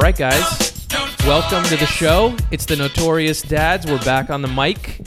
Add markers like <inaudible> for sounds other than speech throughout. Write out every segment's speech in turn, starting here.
right, guys. Welcome to the show. It's the Notorious Dads. We're back on the mic. We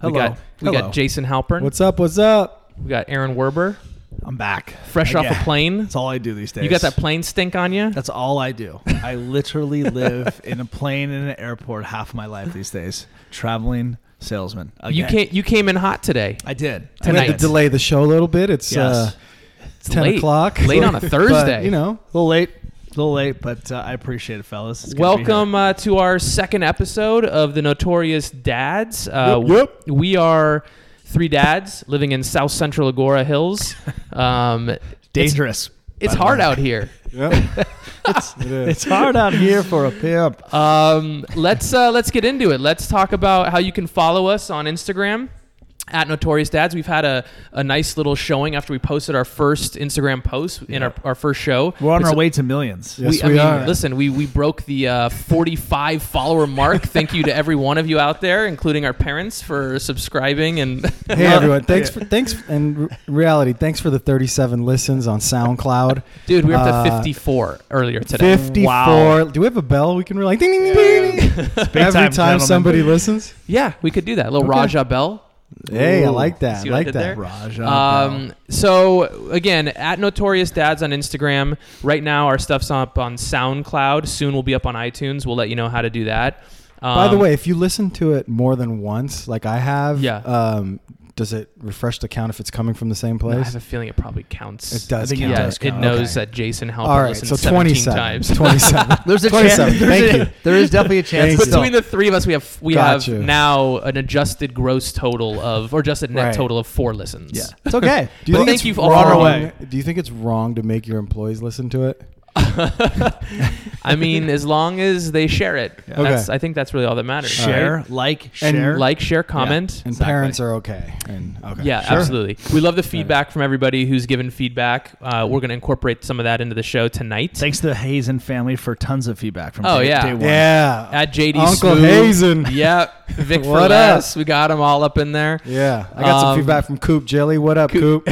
Hello. got, we Hello. got Jason Halpern. What's up? What's up? we got Aaron Werber, I'm back. fresh off Yeah. a plane. That's all I do these days. You got that plane stink on you? That's all <laughs> I do. I literally live in a plane in an airport half of my life these days. Traveling salesman. You Again. came, you came in hot today. I did. Tonight. I had did. to delay the show a little bit. It's uh, Yes. it's ten late. o'clock, Late on a <laughs> <laughs> But, Thursday. you know, a little late. A little late, but uh, I appreciate it, fellas. It's good to be Welcome uh, to our second episode of the Notorious Dads. Uh, Yep, yep. w- We are three dads living in South Central Agora <laughs> Hills. Um, here. dangerous. it's by the hard way. out <laughs> here. <laughs> yeah, it's, It's hard out here for a pimp. Um, let's uh, let's get into it. Let's talk about how you can follow us on Instagram at Notorious Dads. We've had a, a nice little showing after we posted our first Instagram post in our, our first show. We're on It's- our way to millions. Yes, I we mean, are. Listen, we, we broke the uh, 45 follower <laughs> mark. Thank you to every one of you out there, including our parents, for subscribing. And <laughs> Hey everyone, thanks for thanks and r- reality. Thanks for the thirty-seven listens <laughs> on SoundCloud. dude, we were up to Uh, 54 earlier today. Fifty-four. Wow. Do we have a bell we can ring? Like ding ding ding. ding. Every time, time, gentlemen. somebody listens. Yeah, we could do that. A little Okay. Raja Bell. Hey, I Ooh. like that. See I what I like did that. there? Raja. Um, so again, at Notorious Dads on Instagram. Right now, our stuff's up on SoundCloud. Soon, we'll be up on iTunes. We'll let you know how to do that. Um, By the way, if you listen to it more than once, like I have, Yeah. um, does it refresh the count if it's coming from the same I place? have a feeling it probably counts. it does. I think it count. Yeah, does it count. knows Okay. that Jason helped All right, listen so 17 27 <laughs> <laughs> times. 27. There's a 27. chance. There's Thank a- you. There is definitely a chance. Thank that you. they'll- between the three of us, we have we Gotcha. have now an adjusted gross total of, or just a net Right. total of four listens. Yeah, it's okay. Do you But thank think <laughs> it's you for- wrong, on our way. Do you think it's wrong to make your employees listen to it? <laughs> I mean, as long as they share it, Yeah. that's, Okay. I think that's really all that matters. share, Alright. like, And share, Like, share, comment. And Exactly. parents are okay. And okay. Yeah, Sure. absolutely. We love the feedback from everybody who's given feedback. Uh, we're going to incorporate some of that into the show tonight. Thanks to the Hazen family for tons of feedback from Oh, day, yeah. day one. Yeah. At JD Uncle Smooth. Hazen. <laughs> Yep. Vic What Ferless. We got them all up in there. Yeah. I got Um, some feedback from Coop Jelly. What up, Coop?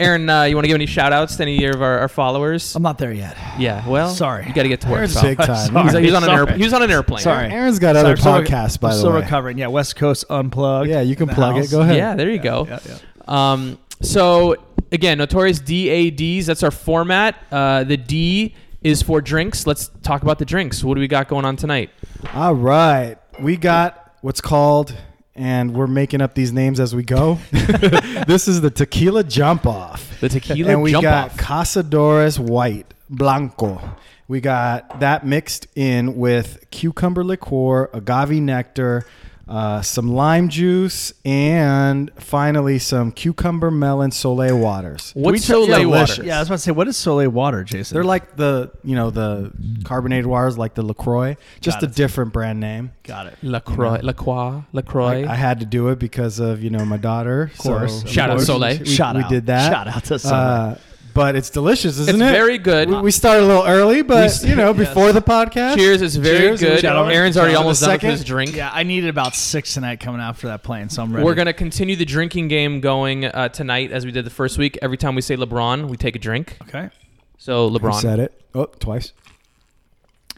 Aaron, uh, you want to give any shout outs to any of our, our followers? I'm not there yet. yeah, well, Um, Sorry. You got to get to work. Aaron's pal. big time. Sorry. He's, he's on an Sorry. aer- he was on an airplane. Sorry. Aaron's got other Sorry, I'm still- podcasts, by I'm the still way. recovering. Yeah, West Coast Unplugged. Yeah, you can The plug house. it. Go ahead. Yeah, there you go. Yeah, yeah. Um, so again, notorious DADs. That's our format. Uh, the D is for drinks. Let's talk about the drinks. What do we got going on tonight? All right. We got what's called, and we're making up these names as we go. <laughs> this is the tequila jump off. The tequila and we jump got off. Casadores White Blanco. We got that mixed in with cucumber liqueur, agave nectar, uh, some lime juice, and finally some cucumber melon Soleil waters. What's We Soleil yeah, water? Yeah, I was about to say, what is Soleil water, Jason? They're like the you know the carbonated waters, like the Lacroix, just Got a it. different brand name. got it. Lacroix, Lacroix, Lacroix. I had to do it because of you know my daughter. Of course. Shout out Soleil. We, Shout we out. did that. Shout out to Soleil. Uh, but it's delicious, isn't it's it? very good. We, we started a little early, but We- <laughs> you know yes. before the podcast. Cheers! It's very Cheers, good. gentlemen. Aaron's already Gentlemen, almost the done with his second. drink. Yeah, I needed about six tonight coming after that plane, so I'm ready. We're gonna continue the drinking game going uh, tonight, as we did the first week. Every time we say LeBron, we take a drink. Okay. So Who LeBron, said it? Oh, twice.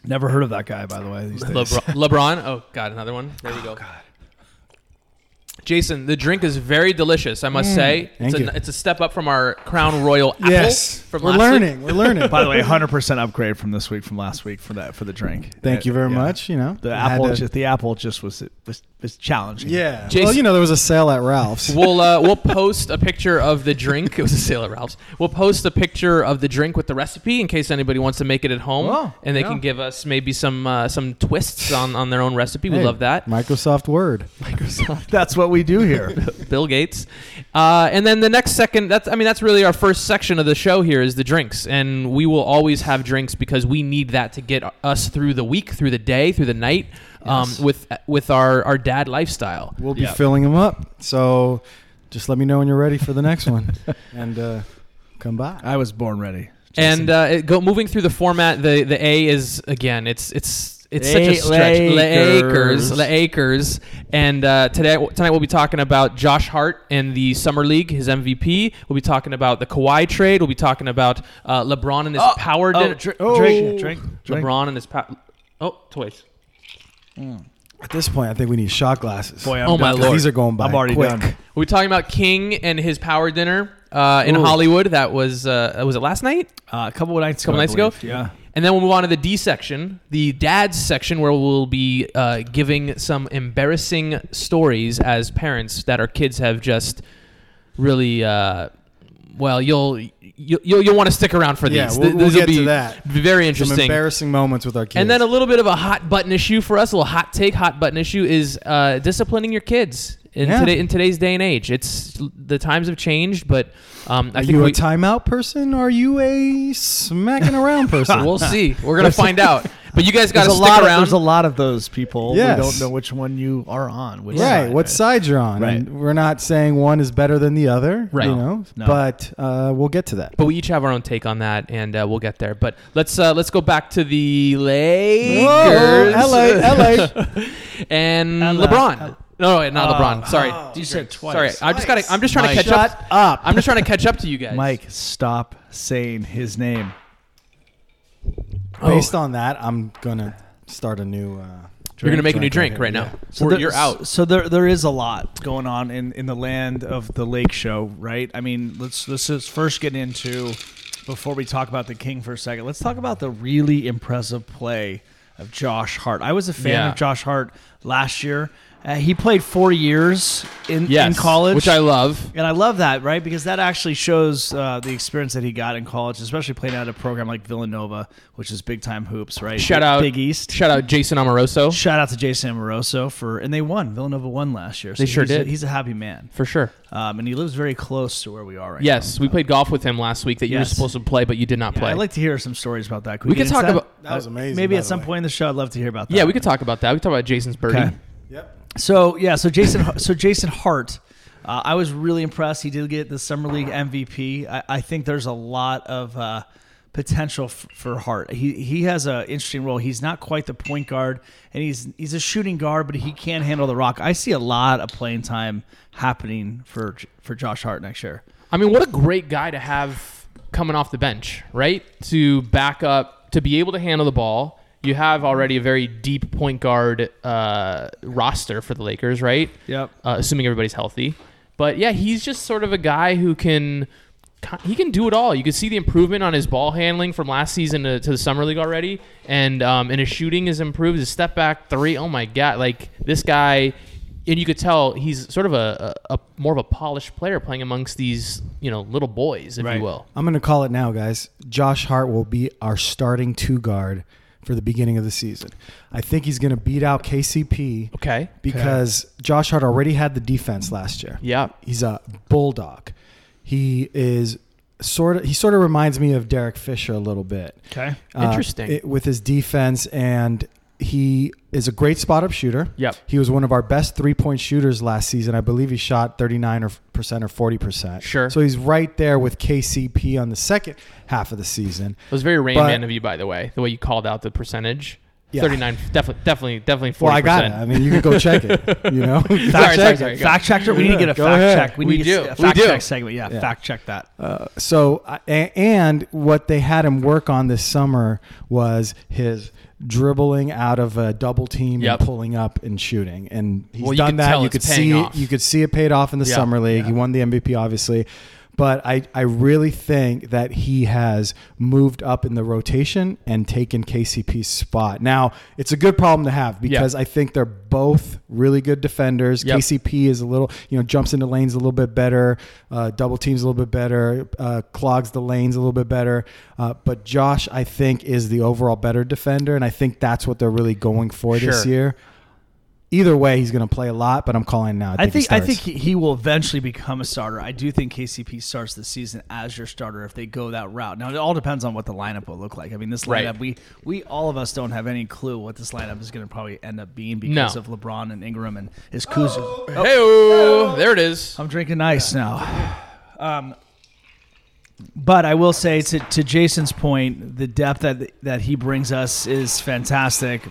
Never heard of that guy, by the way. These days. LeBron. LeBron. Oh God, another one. There we go. Jason, the drink is very delicious. I must say, Mm. Thank it's, you. a, it's a step up from our Crown Royal apple. from we're last learning. Week. We're <laughs> learning. By the way, 100% upgrade from this week from last week for that for the drink. <laughs> Thank you very Yeah. much. You know The I had apple, to- just, the apple just was was, was challenging. <laughs> yeah. well, Jason- you know there was a sale at Ralph's. We'll uh, we'll post a picture of the drink. It was a sale at Ralph's. We'll post a picture of the drink with the recipe in case anybody wants to make it at home, Oh, and they yeah. can give us maybe some uh, some twists on, on their own recipe. We Hey, love that. Microsoft Word. Microsoft. <laughs> That's what we do here. <laughs> Bill Gates. Uh, and then the next second, that's I mean, that's really our first section of the show here is the drinks, and we will always have drinks because we need that to get us through the week, through the day, through the night, um, Yes. with with our our dad lifestyle. We'll be Yeah. filling them up. So just let me know when you're ready for the next one, <laughs> and uh, come by. <laughs> I was born ready. And uh, it go moving through the format, the the A is again, it's it's it's such a Eight stretch. Lakers. Lakers, Lakers, and uh, today tonight we'll be talking about Josh Hart and the summer league, his MVP. We'll be talking about the Kawhi trade. We'll be talking about uh, LeBron and his power. oh, dinner- dr- Oh. drink, drink, drink. LeBron and his power. Oh, twice. At this point, I think we need shot glasses. Boy, I'm Oh, my done. lord. These are going by. I'm already quick. done. We'll be talking about King and his power dinner uh, in Ooh. Hollywood. That was uh, was it last night? Uh, a couple of nights. couple ago, I nights ago. believe. Yeah. And then we'll move on to the D section, the dads section, where we'll be uh, giving some embarrassing stories as parents that our kids have just really. Uh, well, you'll you'll you'll, you'll want to stick around for these. Yeah, Th- we'll- we'll this'll get to be that. Very Some interesting. embarrassing moments with our kids. And then a little bit of a hot button issue for us, a little hot take, hot button issue is uh, disciplining your kids in Yeah. today in today's day and age. It's the times have changed, but um, I are think you we, a timeout person? Or are you a <laughs> smacking around person? we'll see. We're gonna find out. But you guys got There's to a stick lot. Of, around. there's a lot of those people. Yes. We don't know which one you are on. Which Right, side, what side you're on. Right. And we're not saying one is better than the other, Right. you No, know, no. but uh, we'll get to that. but we each have our own take on that, and uh, we'll get there. But let's uh, let's go back to the Lakers LA, LA. <laughs> and Hello. LeBron. Hello. No, wait, not Oh. LeBron. Sorry, Oh. You DJ. said twice. Sorry, I'm just gotta, I'm just trying to Mike. catch up. Shut up. I'm just trying to catch up to you guys. Mike, stop saying his name. Oh. Based on that, I'm going to start a new. Uh, you're gonna make a new drink right right here, now. yeah. So there- you're out. So there, there is a lot going on in, in the land of the Lake Show, right? I mean, let's let's just first get into before we talk about the King for a second. Let's talk about the really impressive play of Josh Hart. I was a fan Yeah. of Josh Hart last year. Uh, he played four years in, in college, which I love. and I love that, right? Because that actually shows uh, the experience that he got in college, especially playing at a program like Villanova, which is big time hoops, right? Shout Big- out Big East. Shout out Jason Amoroso Shout out to Jason Amoroso for, and they won. Villanova won last year. So They sure he's a- did. he's a happy man, for sure. um, and he lives very close to where we are right Yes, we played golf with him last week that you were Yes. supposed to play, but you did not now. play. I'd like to hear some stories about that. We get could into talk about- That was amazing, Maybe by at the some way. point in the show, I'd love to hear about that. yeah, we could talk about that. We could talk about Jason's birdie. Okay. Yep. So yeah, so Jason, so Jason Hart, uh, I was really impressed. He did get the summer league MVP. I, I think there's a lot of uh, potential f- for Hart. He he has an interesting role. He's not quite the point guard, and he's he's a shooting guard, but he can handle the rock. I see a lot of playing time happening for J- for Josh Hart next year. I mean, what a great guy to have coming off the bench, right? To back up, to be able to handle the ball. You have already a very deep point guard uh, roster for the Lakers, right? Yep. Uh, assuming everybody's healthy. But yeah, he's just sort of a guy who can he can do it all. You can see the improvement on his ball handling from last season to, to the summer league already, and um, and his shooting is improved. His step back three, oh my god! Like this guy, and you could tell he's sort of a, a, a more of a polished player playing amongst these you know little boys, if Right. you will. I'm going to call it now, guys. Josh Hart will be our starting two guard for the beginning of the season. I think he's going to beat out KCP Okay. because Josh Hart already had the defense last year. Yeah. He's a bulldog. He is sort of he sort of reminds me of Derek Fisher a little bit. Okay. Uh, Interesting. it- with his defense and he is a great spot up shooter. Yep. He was one of our best three point shooters last season. I believe he shot 39 or percent or 40%. Sure. So he's right there with KCP on the second half of the season. It was very Rain But- Man of you, by the way, the way you called out the percentage. Yeah. 39, definitely, definitely, definitely 40%. Well, I got it. I mean, you can go check it. <laughs> You know, Sorry, sorry, sorry. Go. Fact checker. We need to get a Go fact ahead. check. We, We need do. A We fact do. check segment. Yeah, Yeah. fact check that. Uh, so I- a- and what they had him work on this summer was his dribbling out of a double team Yep. and pulling up and shooting and he's Well, you done can that tell you it's could paying see off. it you could see it paid off in the Yeah. summer league he won the MVP obviously but I, I really think that he has moved up in the rotation and taken KCP's spot. Now, it's a good problem to have because I think they're both really good defenders. Yep. KCP is a little, you know, jumps into lanes a little bit better, uh, double teams a little bit better, uh, clogs the lanes a little bit better. Uh, but Josh, I think, is the overall better defender, and I think that's what they're really going for this Sure. year. Either way, he's going to play a lot, but I'm calling now. I think he I starts. think he, he will eventually become a starter. I do think KCP starts the season as your starter if they go that route. Now it all depends on what the lineup will look like. I mean, this lineup Right. we we all of us don't have any clue what this lineup is going to probably end up being because No. of LeBron and Ingram and is Kuzma. Oh, Hey, there it is. I'm drinking ice now. Um, but I will say to, to Jason's point, the depth that that he brings us is fantastic.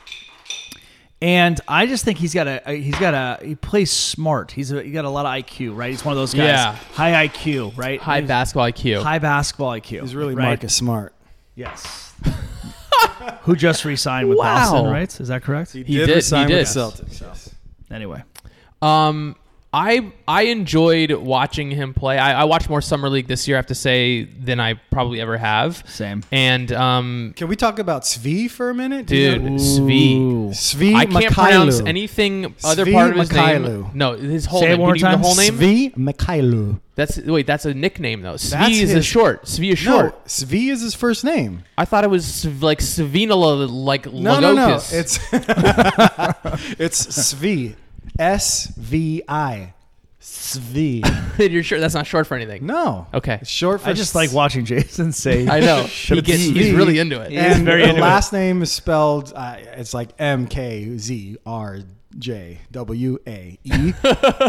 And I just think he's got a he's got a he plays smart. He's a, he got a lot of IQ, right? He's one of those guys. Yeah. High IQ, right? High He's- basketball IQ. high basketball IQ. He's really right? Marcus Smart. Yes. Who just re-signed with Wow. Boston, right? Is that correct? He did did, he sign with did. the Celtics. Anyway, Um, I I enjoyed watching him play. I, I watched more summer league this year, I have to say, than I probably ever have. same. And um, Can we talk about Svi for a minute? Do you dude, know- Svi. Svi I can't Mikhailou. pronounce anything other Svi part of his name. Mikhailou. No, his whole Say it name. one more Can you give time. The whole name. Svi Mikhailou. That's wait. That's a nickname though. Svi That's is a his- short. Svi is No, short. Svi is his first name. I thought it was Sv- like Savinola, like No, no, no. Logokis. It's <laughs> it's Svi. S V I. Svi. <laughs> You're sure that's not short for anything. No. Okay. It's short for I just like watching Jason say. I <laughs> <laughs> know. But he it's gets, he's Svi, really into it. Yeah. is and very the into it. last name is spelled uh, it's like M K Z R J W A E,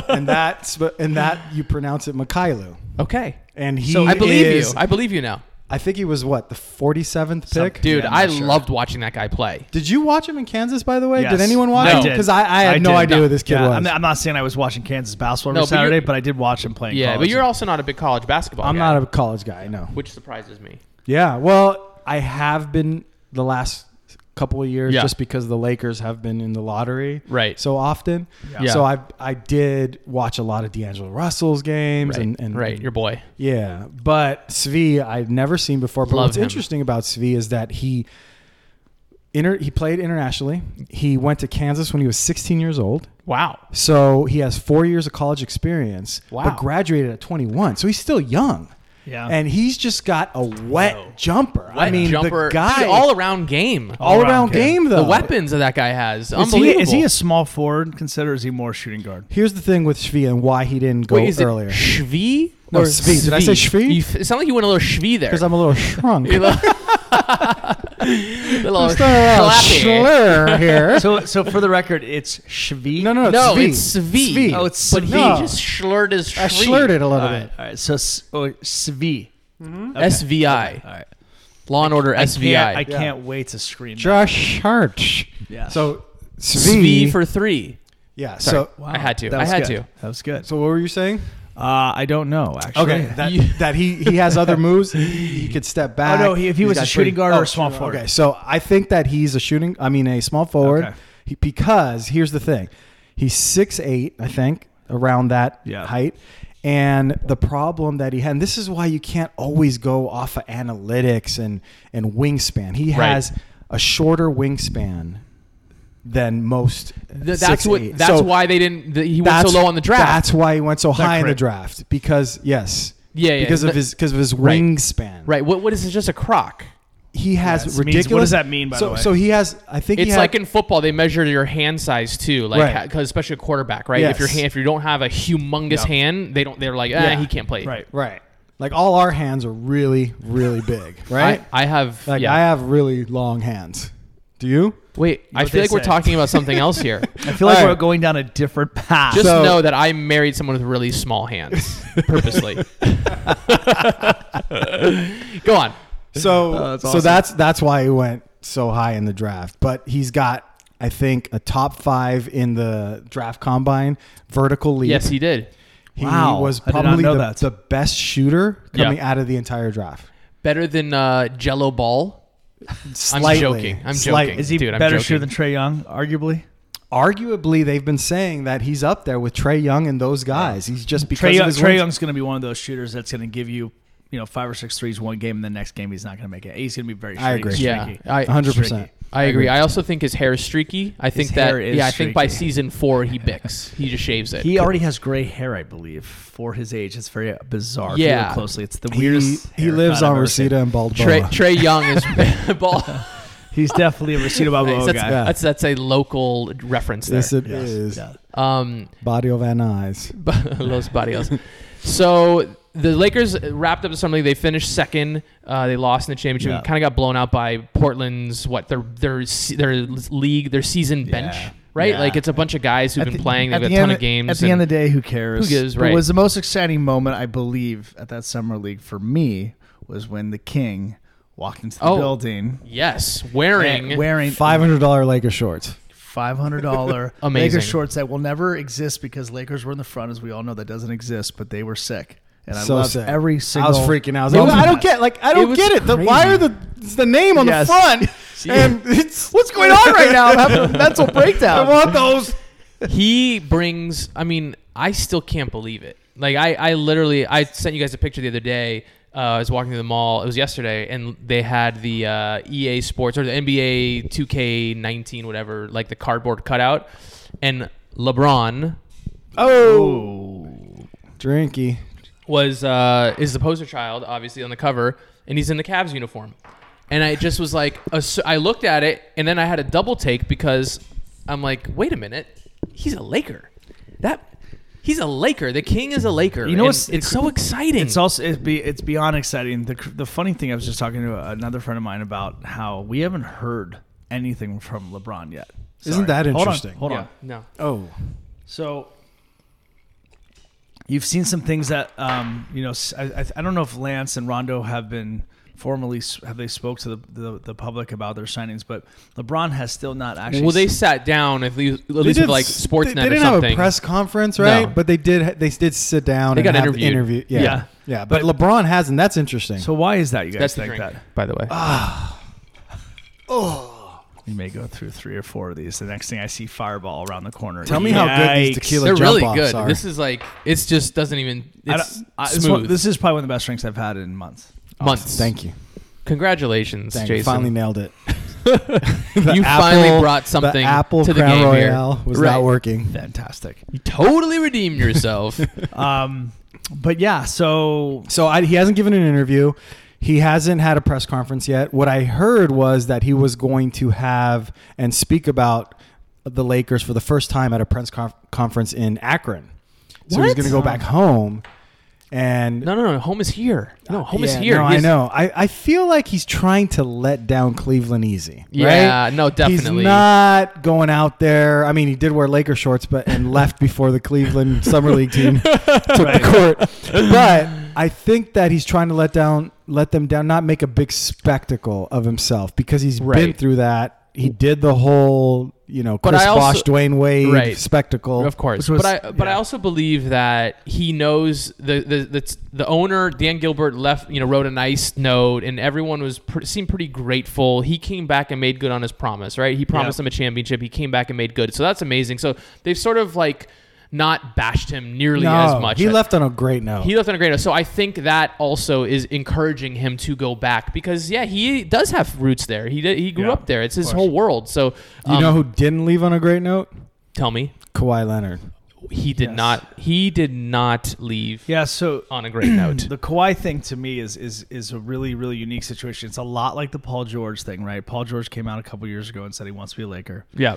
and that's and that you pronounce it Mikhailu. Okay. And he So I believe is- you. I believe you now. I think he was what the forty seventh pick. Dude, Yeah, I'm I not sure. loved watching that guy play. Did you watch him in Kansas? By the way, Yes. did anyone watch? No. him? I did. Because I, I had I no did. idea No. who this kid yeah, was. I'm, I'm not saying I was watching Kansas basketball No, every but you're- Saturday, but I did watch him playing. Yeah, but college. you're also not a big college basketball. I'm guy, not a college guy. No. which surprises me. Yeah. Well, I have been the last couple of years Yeah. just because the Lakers have been in the lottery Right. so often. Yeah. So I I did watch a lot of D'Angelo Russell's games Right, and, and right, your boy. yeah. But Svi I've never seen before. But Love what's him. interesting about Svi is that he inter, he played internationally. He went to Kansas when he was 16 years old. Wow. So he has four years of college experience, Wow. but graduated at 21. So he's still young. Yeah. And he's just got a wet Whoa. jumper. I Wet mean, jumper, the guy Dude, all around game. all All-around around game, though. the weapons that that guy has, is he, unbelievable. is he a small forward? Consider is he more shooting guard? Here's the thing with Shvi and why he didn't go Wait, is earlier. it Shvi? No, or Svi. Did I say Shvi? You f- it sounded like you went a little Shvi there. Because I'm <laughs> a little shrunk. You little- little Just a little schlappy. Oh, <laughs> slur here. So, so for the record, it's Shvi. no, no, no. No, Svi. it's Svi. Svi. Oh, it's But Svi. he No. just slurred his I Shvi. slurred it a All little right, bit. all right. So S- oh, Svi. Okay. SVI. All right. Law and Order SVI. Can't, I Yeah. can't wait to scream. that. Josh Hart. Yeah. So Svi. Svi for three. yeah. Sorry. So I had to. That I was had good. to. That was good. so what were you saying? Uh, I don't know actually. <laughs> Okay. That, You- that he he has other moves. He, he could step back. Oh, no, he- if he He's was a got shooting three- guard or a small shooting- forward. Okay, so I think that he's a shooting. I mean, a small forward. Okay. He, because here's the thing, he's six eight, I think, around that Yeah. height. And the problem that he had, and this is why you can't always go off of analytics and and wingspan. He Right. has a shorter wingspan than most. Th- that's 6'8". what. That's So why they didn't. th- he went so that's- low on the draft. That's why he went so high in the correct? draft because yes, Yeah, yeah. because of The- his because of his Right. wingspan. right. What? What is it? Just a croc? He has Yes, means- what ridiculous. does that mean, by so, the way? So he has. I think It's he had, like in football, they measure your hand size too, like Right. ha- 'cause especially a quarterback, right? If your Yes. hand, if you don't have a humongous Yeah. hand, they don't. They're like, ah, Yeah. he can't play. <laughs> Right. right. Like all our hands are really really big, right? <laughs> I, I have. like yeah. I have really long hands. Do you? Wait. I what feel they like we're say. talking about something else here. I feel like All right. we're going down a different path. Just So- know that I married someone with really small hands purposely. <laughs> Go on. So Oh, that's so awesome. that's that's why he went so high in the draft. But he's got. I think a top five in the draft combine vertical leap. Yes, he did. he Wow. was I did not probably know the, that. the best shooter Yeah. coming out of the entire draft. Better than uh, Jello Ball. Slightly, joking. I'm slightly. joking. is he Dude, I'm better joking. shooter than Trey Young? Arguably. arguably they've been saying that he's up there with Trey Young and those guys. He's just because Trey, of Young, his Trey wins- Young's going to be one of those shooters that's going to give you, you know, five or six threes one game, and the next game he's not going to make it. He's going to be very. I streaky- agree. Yeah, streaky. I, 100%. I agree. I also think his hair is streaky. I think that hair is yeah, I think by streaky. season four he bicks. He just shaves it. He already has gray hair, I believe, for his age. It's very bizarre. If you Yeah. look closely, it's the He, weirdest. he haircut lives I've on ever seen. Reseda and Baldwin. Trey, Trey Young <laughs> is <laughs> ball. He's definitely a Reseda <laughs> Balboa that's, guy. yeah. that's that's a local reference there. Yes, it Yes. is. Yeah. Um, <laughs> Body of Van Nuys. Los Barrios. So the Lakers wrapped up the summer league. They finished second. Uh, they lost in the championship. Yeah. Kind of got blown out by Portland's what their their se- their league their season bench. Right, Yeah. like it's a bunch of guys who've At been the- playing. They've at got a the ton end- of games. At the and- end of the day, who cares? Who gives, What right. was the most exciting moment I believe at that summer league for me was when the king walked into the Oh. building yes, wearing and wearing Five hundred dollar Lakers shorts. five hundred <laughs> dollar Amazing. Lakers shorts that will never exist because Lakers were in the front, as we all know. That doesn't exist, but they were sick, and I So loved sick. every I single. was freaking out. I, was moment. like, I <laughs> don't get like I It don't was get it. The, why crazy. are the it's the name on Yes. <laughs> the front and it's What's going on right now? I'm <laughs> having a mental <laughs> I breakdown. want those. he brings i mean i still can't believe it like i i literally i sent you guys a picture the other day uh, i was walking through the mall it was yesterday and they had the uh, ea sports or the nba 2k19 whatever like the cardboard cutout and lebron Oh, drinky. was uh, is the poster child obviously on the cover and he's in the Cavs uniform and I just was like a s- I looked at it and then I had a double take because I'm like wait a minute he's a Laker that he's a Laker the king is a Laker You know And what's- it's, so exciting It's also it's, be, it's beyond exciting. The, the funny thing I was just talking to another friend of mine about how we haven't heard anything from LeBron yet. Isn't that Hold on, interesting? Hold on. yeah, no Oh, So you've seen some things that um, you know. s- I, I- I don't know if Lance and Rondo have been formally s- have they spoke to the, the the public about their signings, but LeBron has still not actually. well they s- sat down at least, at least with like s- Sportsnet They, they or didn't something have a press conference, right? No. But they did. They did sit down. They and got have the interviewed. interview. Yeah. Yeah. yeah, But, LeBron hasn't. That's interesting. so why is that? You guys that's the think drink that? by the way Ah, You may go through three or four of these. The next thing I see, Fireball around the corner. Tell me how good these Yikes. tequila- they're jump really off, good sorry. this is like it's just doesn't even I don't- it's I- this, smooth one- this is probably one of the best drinks I've had in months. months Thank you. congratulations Thank you. Jason Finally <laughs> nailed it. you apple- finally brought something the Apple to the Crown game Royale here. was right. not working. Fantastic. You totally redeemed <laughs> yourself. Um, but yeah, so So I, he hasn't given an interview. He hasn't had a press conference yet. What I heard was that he was going to have and speak about the Lakers for the first time at a press conf- conference in Akron. So he's What? going to go back home. And no, no, no. Home is here. No, home is Uh, Yeah, here. No, He I is- know. I, I feel like he's trying to let down Cleveland easy. Yeah, right? no, definitely. He's not going out there. I mean, he did wear Laker shorts, but and left before <laughs> the Cleveland summer league team took the court. But I think that he's trying to let down, let them down, not make a big spectacle of himself because he's been Right. through that. He did the whole, you know, But Chris I also- Bosh, Dwayne Wade Right. spectacle. Of course, Which was- but I but yeah. I also believe that he knows the the, the the owner Dan Gilbert left you know wrote a nice note and everyone was pr- seemed pretty grateful. He came back and made good on his promise, right? He promised Yeah. him a championship. He came back and made good, so that's amazing. So they've sort of like not bashed him nearly No, as much. he I- left on a great note. He left on a great note. So I think that also is encouraging him to go back because yeah, he does have roots there. He did, he grew Yeah, up there. It's his of course. whole world. So you um, know who didn't leave on a great note? tell me, Kawhi Leonard. he did Yes. not he did not leave yeah, so on a great <clears throat> note. the Kawhi thing to me is is is a really really unique situation. It's a lot like the Paul George thing, right? Paul George came out a couple years ago and said he wants to be a Laker. yeah.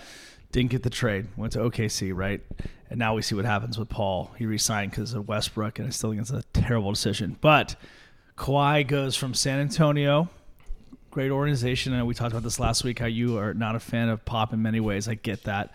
Didn't get the trade. Went to OKC, right? And now we see what happens with Paul. He resigned because of Westbrook, and I still think it's a terrible decision. But Kawhi goes from San Antonio, great organization. I know we talked about this last week. How you are not a fan of Pop in many ways. I get that.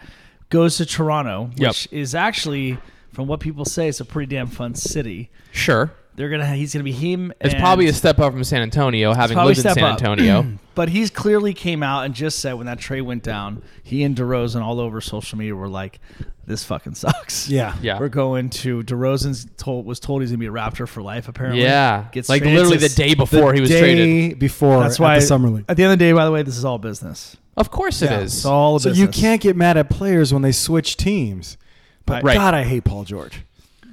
Goes to Toronto, Yep. which is actually, from what people say, it's a pretty damn fun city. Sure. They're gonna. He's gonna be him. It's and- probably a step up from San Antonio having probably lived in a step San up. Antonio. <clears throat> But he's clearly came out and just said when that trade went down, he and DeRozan all over social media were like, "This fucking sucks." <laughs> Yeah. Yeah. We're going to DeRozan's told was told he's gonna be a Raptor for life. Apparently, yeah. Gets like traded literally to- the day before the he was day traded. Before That's why at the summer league. At the end of the day, by the way, this is all business. Of course it is. Yeah, <laughs> It's all a So business. you can't get mad at players when they switch teams. But Right. God, I hate Paul George.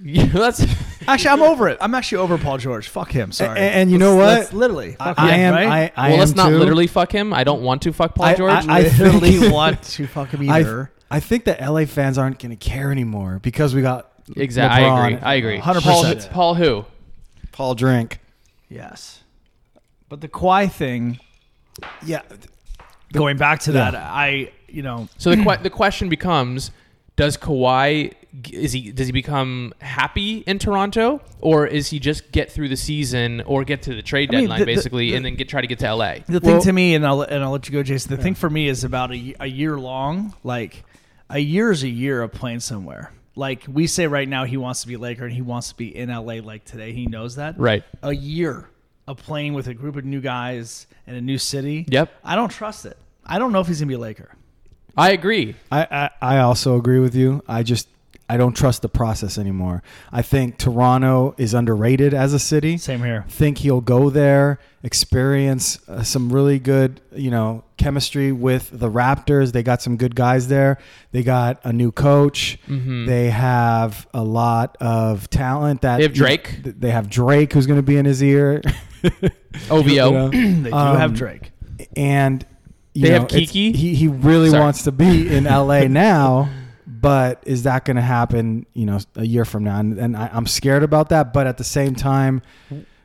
Yeah, that's Actually, I'm over it. I'm actually over Paul George. Fuck him. Sorry. A- a- and you know Let's- let's what? literally, I, fuck I him, am. right? I, I well, let's am not too. literally fuck him. I don't want to fuck Paul I- George. I literally <laughs> think- want to fuck him I- either. I think that LA fans aren't going to care anymore because we got exactly. LeBron. I agree. I agree. 100%. Paul, Paul who? Paul drink. yes. But the Kawhi thing, Yeah. going back to Yeah. that, I you know So the <clears throat> que- the question becomes: Does Kawhi g- is he does he become happy in Toronto, or is he just get through the season or get to the trade I mean, deadline the- the- basically, and then get try to get to LA? The thing Well- to me, and I'll and I'll let you go, Jason. The thing for me is about a, y- a year long. Like a year is a year of playing somewhere. Like we say right now, he wants to be a Laker and he wants to be in LA. Like today, he knows that. Right. A year of playing with a group of new guys in a new city. Yep. I don't trust it. I don't know if he's gonna be a Laker. I agree. I, I, I also agree with you. I just I don't trust the process anymore. I think Toronto is underrated as a city. Same here. Think he'll go there, experience uh, some really good, you know, chemistry with the Raptors. They got some good guys there. They got a new coach. They have a lot of talent. That Mm-hmm. They have Drake. th- They have Drake, who's going to be in his ear. <laughs> OVO. You <clears throat> <clears throat> know? They do Um, have Drake. and you They know, have it's- Kiki? He he really Sorry. wants to be <laughs> in L.A. now, but is that going to happen? You know, a year from now, and, and I, I'm scared about that. But at the same time,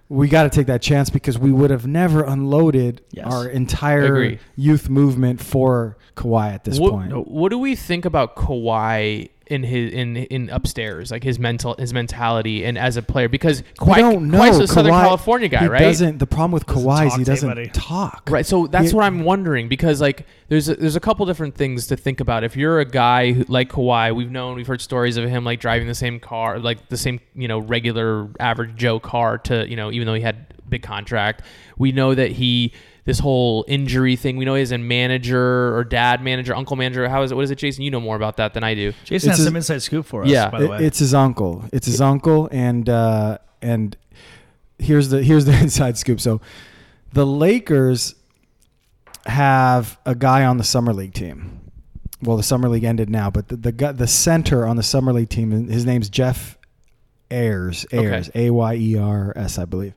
we got to take that chance because we would have never unloaded Yes. our entire Agree. youth movement for Kawhi at this what, point. what do we think about Kawhi in his in in upstairs, like his mental his mentality and as a player? Because We Kawhi, don't know. Kawhi's a Southern Kawhi- California guy, he right? Doesn't the problem with Kawhi is talk he to doesn't anybody. talk. Right. So that's Yeah. what I'm wondering because like there's a, there's a couple different things to think about. If you're a guy who, like Kawhi, we've known we've heard stories of him like driving the same car, like the same you know regular average Joe car to you know even though he had big contract, we know that he this whole injury thing. We know he has a manager or dad manager, uncle manager. How is it? What is it, Jason? You know more about that than I do. Jason has It's a- some inside scoop for us. Yeah. by the It- way. It's his uncle. It's his uncle, and uh, and here's the here's the <laughs> inside scoop. So the Lakers have a guy on the summer league team. Well, the summer league ended now, but the the, guy- the center on the summer league team, his name's Jeff Ayers. Okay. Ayers. A Y E R S, I believe.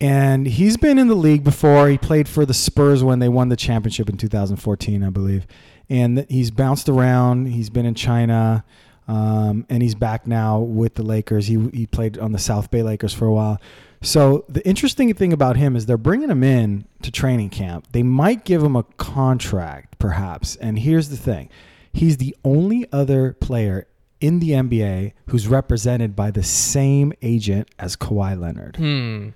And he's been in the league before. He played for the Spurs when they won the championship in 2014, I believe. And th- he's bounced around. He's been in China, um, and he's back now with the Lakers. He he played on the South Bay Lakers for a while. So the interesting thing about him is they're bringing him in to training camp. They might give him a contract, perhaps. And here's the thing: he's the only other player in the NBA who's represented by the same agent as Kawhi Leonard Hmm.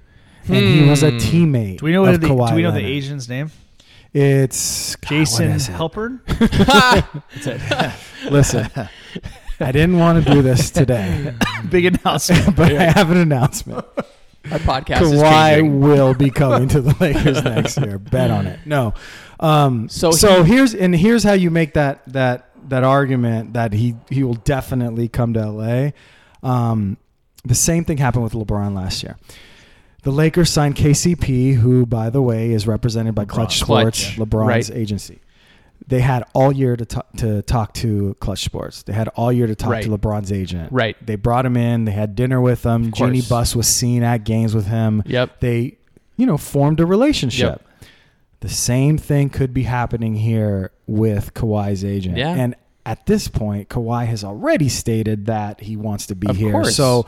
and he was a Hmm. teammate. do we know of the Kawhi do we know Leonard. the Asian's name? It's God, what Jason is it? <laughs> Halpern. That's it. Listen, <laughs> I didn't want to do this today, Big announcement. but I have an announcement. Our podcast is Kawhi changing. <laughs> will be coming to the Lakers next year. Bet on it. No. Um, So so here's and here's how you make that that that argument that he he will definitely come to LA. Um, the same thing happened with LeBron last year. The Lakers signed KCP, who, by the way, is represented by Clutch LeBron. Clutch, Sports, yeah. Right. LeBron's agency. They had all year to, ta- to talk to Clutch Sports. They had all year to talk Right. to LeBron's agent. Right. They brought him in. They had dinner with him. course. Jeannie Buss was seen at games with him. Yep. They, you know, formed a relationship. The same thing could be happening here with Kawhi's agent. Yeah. And at this point, Kawhi has already stated that he wants to be Of here. course. So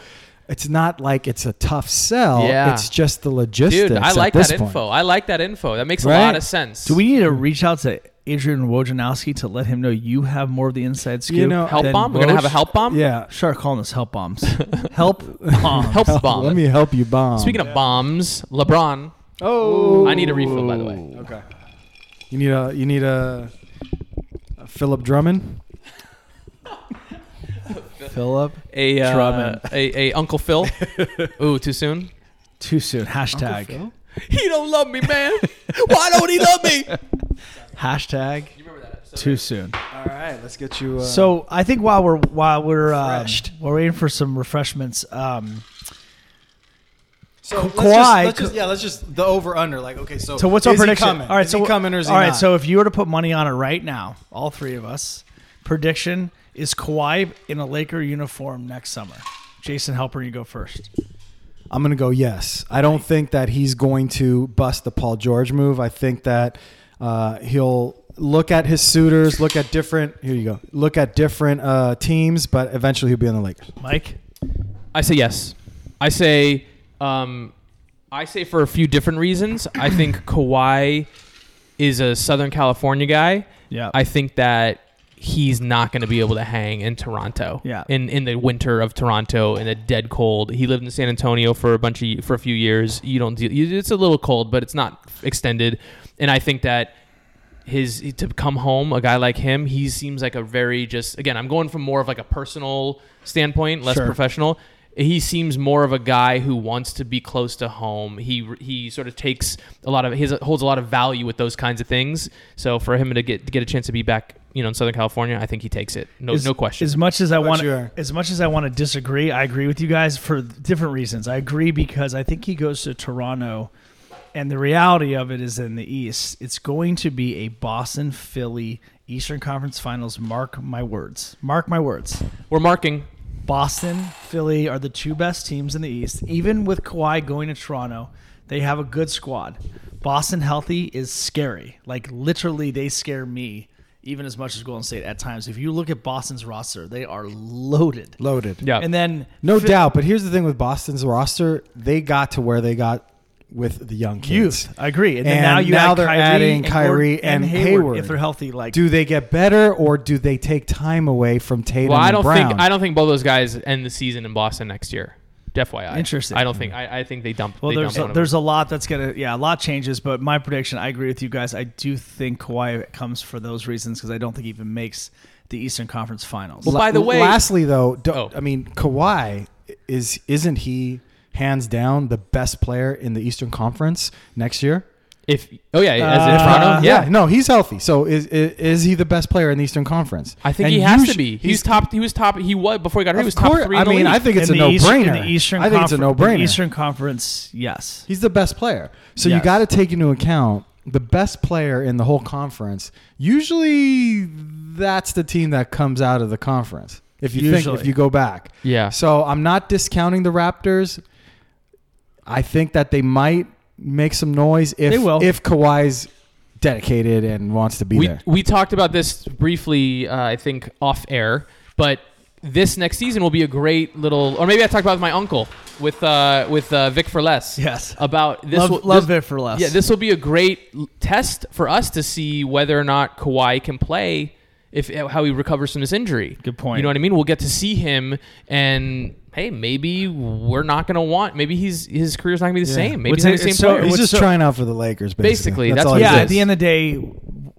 it's not like it's a tough sell. Yeah. It's just the logistics. Dude, I at like this that point. info. I like that info. That makes a Right? lot of sense. do we need to reach out to Adrian Wojnarowski to let him know you have more of the inside scoop? You know- help than bomb? We're gonna have a Woj? help bomb. <laughs> Yeah. <laughs> Start calling this help bombs. help bombs. Help bomb. Let me help you bomb. Speaking of bombs, LeBron. oh, I need a refill, by the way. Okay. You need a you need a, a Philip Drummond. Philip. A uh, Drummond. a, a Uncle <laughs> Phil. Ooh, too soon. Too soon. Hashtag. He don't love me, <laughs> man. Why don't he love me? Hashtag. Too soon. All right, let's get you. Uh, So I think while we're while we're um, Refreshed. we're waiting for some refreshments. Um, So let's Kawhi just, let's could- just- yeah, let's just the over under. Like, okay, so so what's our is he prediction? coming? All right, is so he coming or is he all right, not? so if you were to put money on it right now, all three of us, prediction is Kawhi in a Laker uniform next summer. Jason Helper, you go first. I'm gonna go yes. I don't think that he's going to bust the Paul George move. I think that uh, he'll look at his suitors, look at different. Here you go. Look at different uh, teams, but eventually he'll be in the Lakers. Mike. I say yes. I say, um, I say for a few different reasons. <coughs> I think Kawhi is a Southern California guy. Yeah. I think that he's not going to be able to hang in Toronto. Yeah. In in the winter of Toronto in a dead cold. He lived in San Antonio for a bunch of for a few years. You don't deal. you- It's a little cold, but it's not extended. And I think that his to come home a guy like him he seems like a very just again i'm going from more of like a personal standpoint less Sure. professional he seems more of a guy who wants to be close to home he he sort of takes a lot of his holds a lot of value with those kinds of things so for him to get to get a chance to be back you know, in Southern California, I think he takes it. No, As- no question. As much as I about want, you? as much as I want to disagree, I agree with you guys for different reasons. I agree because I think he goes to Toronto, and the reality of it is in the East, it's going to be a Boston Philly Eastern Conference Finals. Mark my words. Mark my words. We're marking. Boston, Philly are the two best teams in the East. Even with Kawhi going to Toronto, they have a good squad. Boston healthy is scary. Like literally, they scare me even as much as Golden State at times. If you look at Boston's roster, they are loaded. Loaded. Yeah. And then No Phi- doubt. But here's the thing with Boston's roster, they got to where they got with the young kids. youth. I agree. And, then And now you now add they're Kyrie adding and Kyrie Gordon- and, and Hayward, Hayward. if they're healthy. Like Do they get better or do they take time away from Tatum Well, I and don't Brown? think I don't think both those guys end the season in Boston next year. FYI. Interesting. I don't think I, I think they dump. Well, they there's dump one a, of there's a lot that's gonna yeah a lot changes, but my prediction I agree with you guys. I do think Kawhi comes for those reasons because I don't think he even makes the Eastern Conference Finals. Well, by the way- lastly though, do, Oh. I mean Kawhi is isn't he hands down the best player in the Eastern Conference next year? them. if oh yeah, as in Uh, Toronto, yeah. no, he's healthy. So is, is is he the best player in the Eastern Conference? I think And he has to usu- be. He's top. He was top. He was before he got hurt. He Of was top course- three. I in the mean, league. I think it's In a the East- in no-brainer. the Eastern I think it's a Confer- no-brainer. The Eastern Conference, yes. He's the best player. So you Yes. got to take into account the best player in the whole conference. Usually that's the team that comes out of the conference. If you think if Usually. you go back. Yeah. So I'm not discounting the Raptors. I think that they might make some noise if They will. if Kawhi's dedicated and wants to be we, there. we talked about this briefly, uh, I think, off air, but this next season will be a great little, or maybe I talked about it with my uncle with uh, with uh, Vic Ferles. Yes. about this. love will, love this, it for less. Yeah, this will be a great l- test for us to see whether or not Kawhi can play, if eh, how he recovers from this injury. Good point. You know what I mean? We'll get to see him and. Hey, maybe we're not going to want. Maybe he's his career's not going to be the same. Maybe he's What's not it- the same it's so- player. He's what's just trying out for the Lakers Basically, basically. that's all what it it yeah. is. At the end of the day,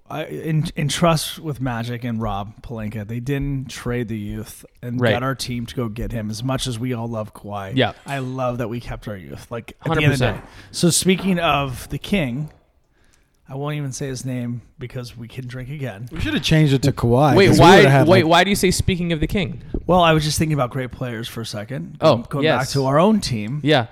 I, in, in trust with Magic and Rob Palenka, they didn't trade the youth and Right. got our team to go get him. As much as we all love Kawhi, Yeah. I love that we kept our youth. Like at the end of the 100%. day. So speaking of the king, I won't even say his name because we can drink again. We should have changed it to Kawhi. wait, 'cause we why? would've had, wait, like, why do you say speaking of the king? Well, I was just thinking about great players for a second. Oh, going back yes. to our own team. Yeah,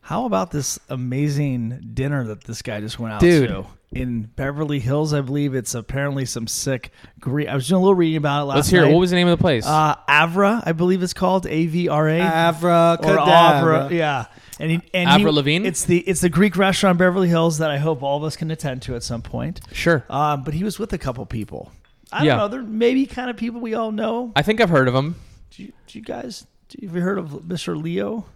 How about this amazing dinner that this guy just went out Dude. to in Beverly Hills? I believe it's apparently some sick Greek. I was doing a little reading about it last. let's hear. it. night. What was the name of the place? uh, Avra? I believe it's called A V R A or Abracadabra. Avra. Yeah, and, he, and he- Avra Lavigne? It's the it's the Greek restaurant in Beverly Hills that I hope all of us can attend to at some point. sure. Um, but he was with a couple people. I Yeah. don't know. They're maybe kind of people we all know. I think I've heard of him. Do you, do you guys? Do you, have you heard of Mr. Leo?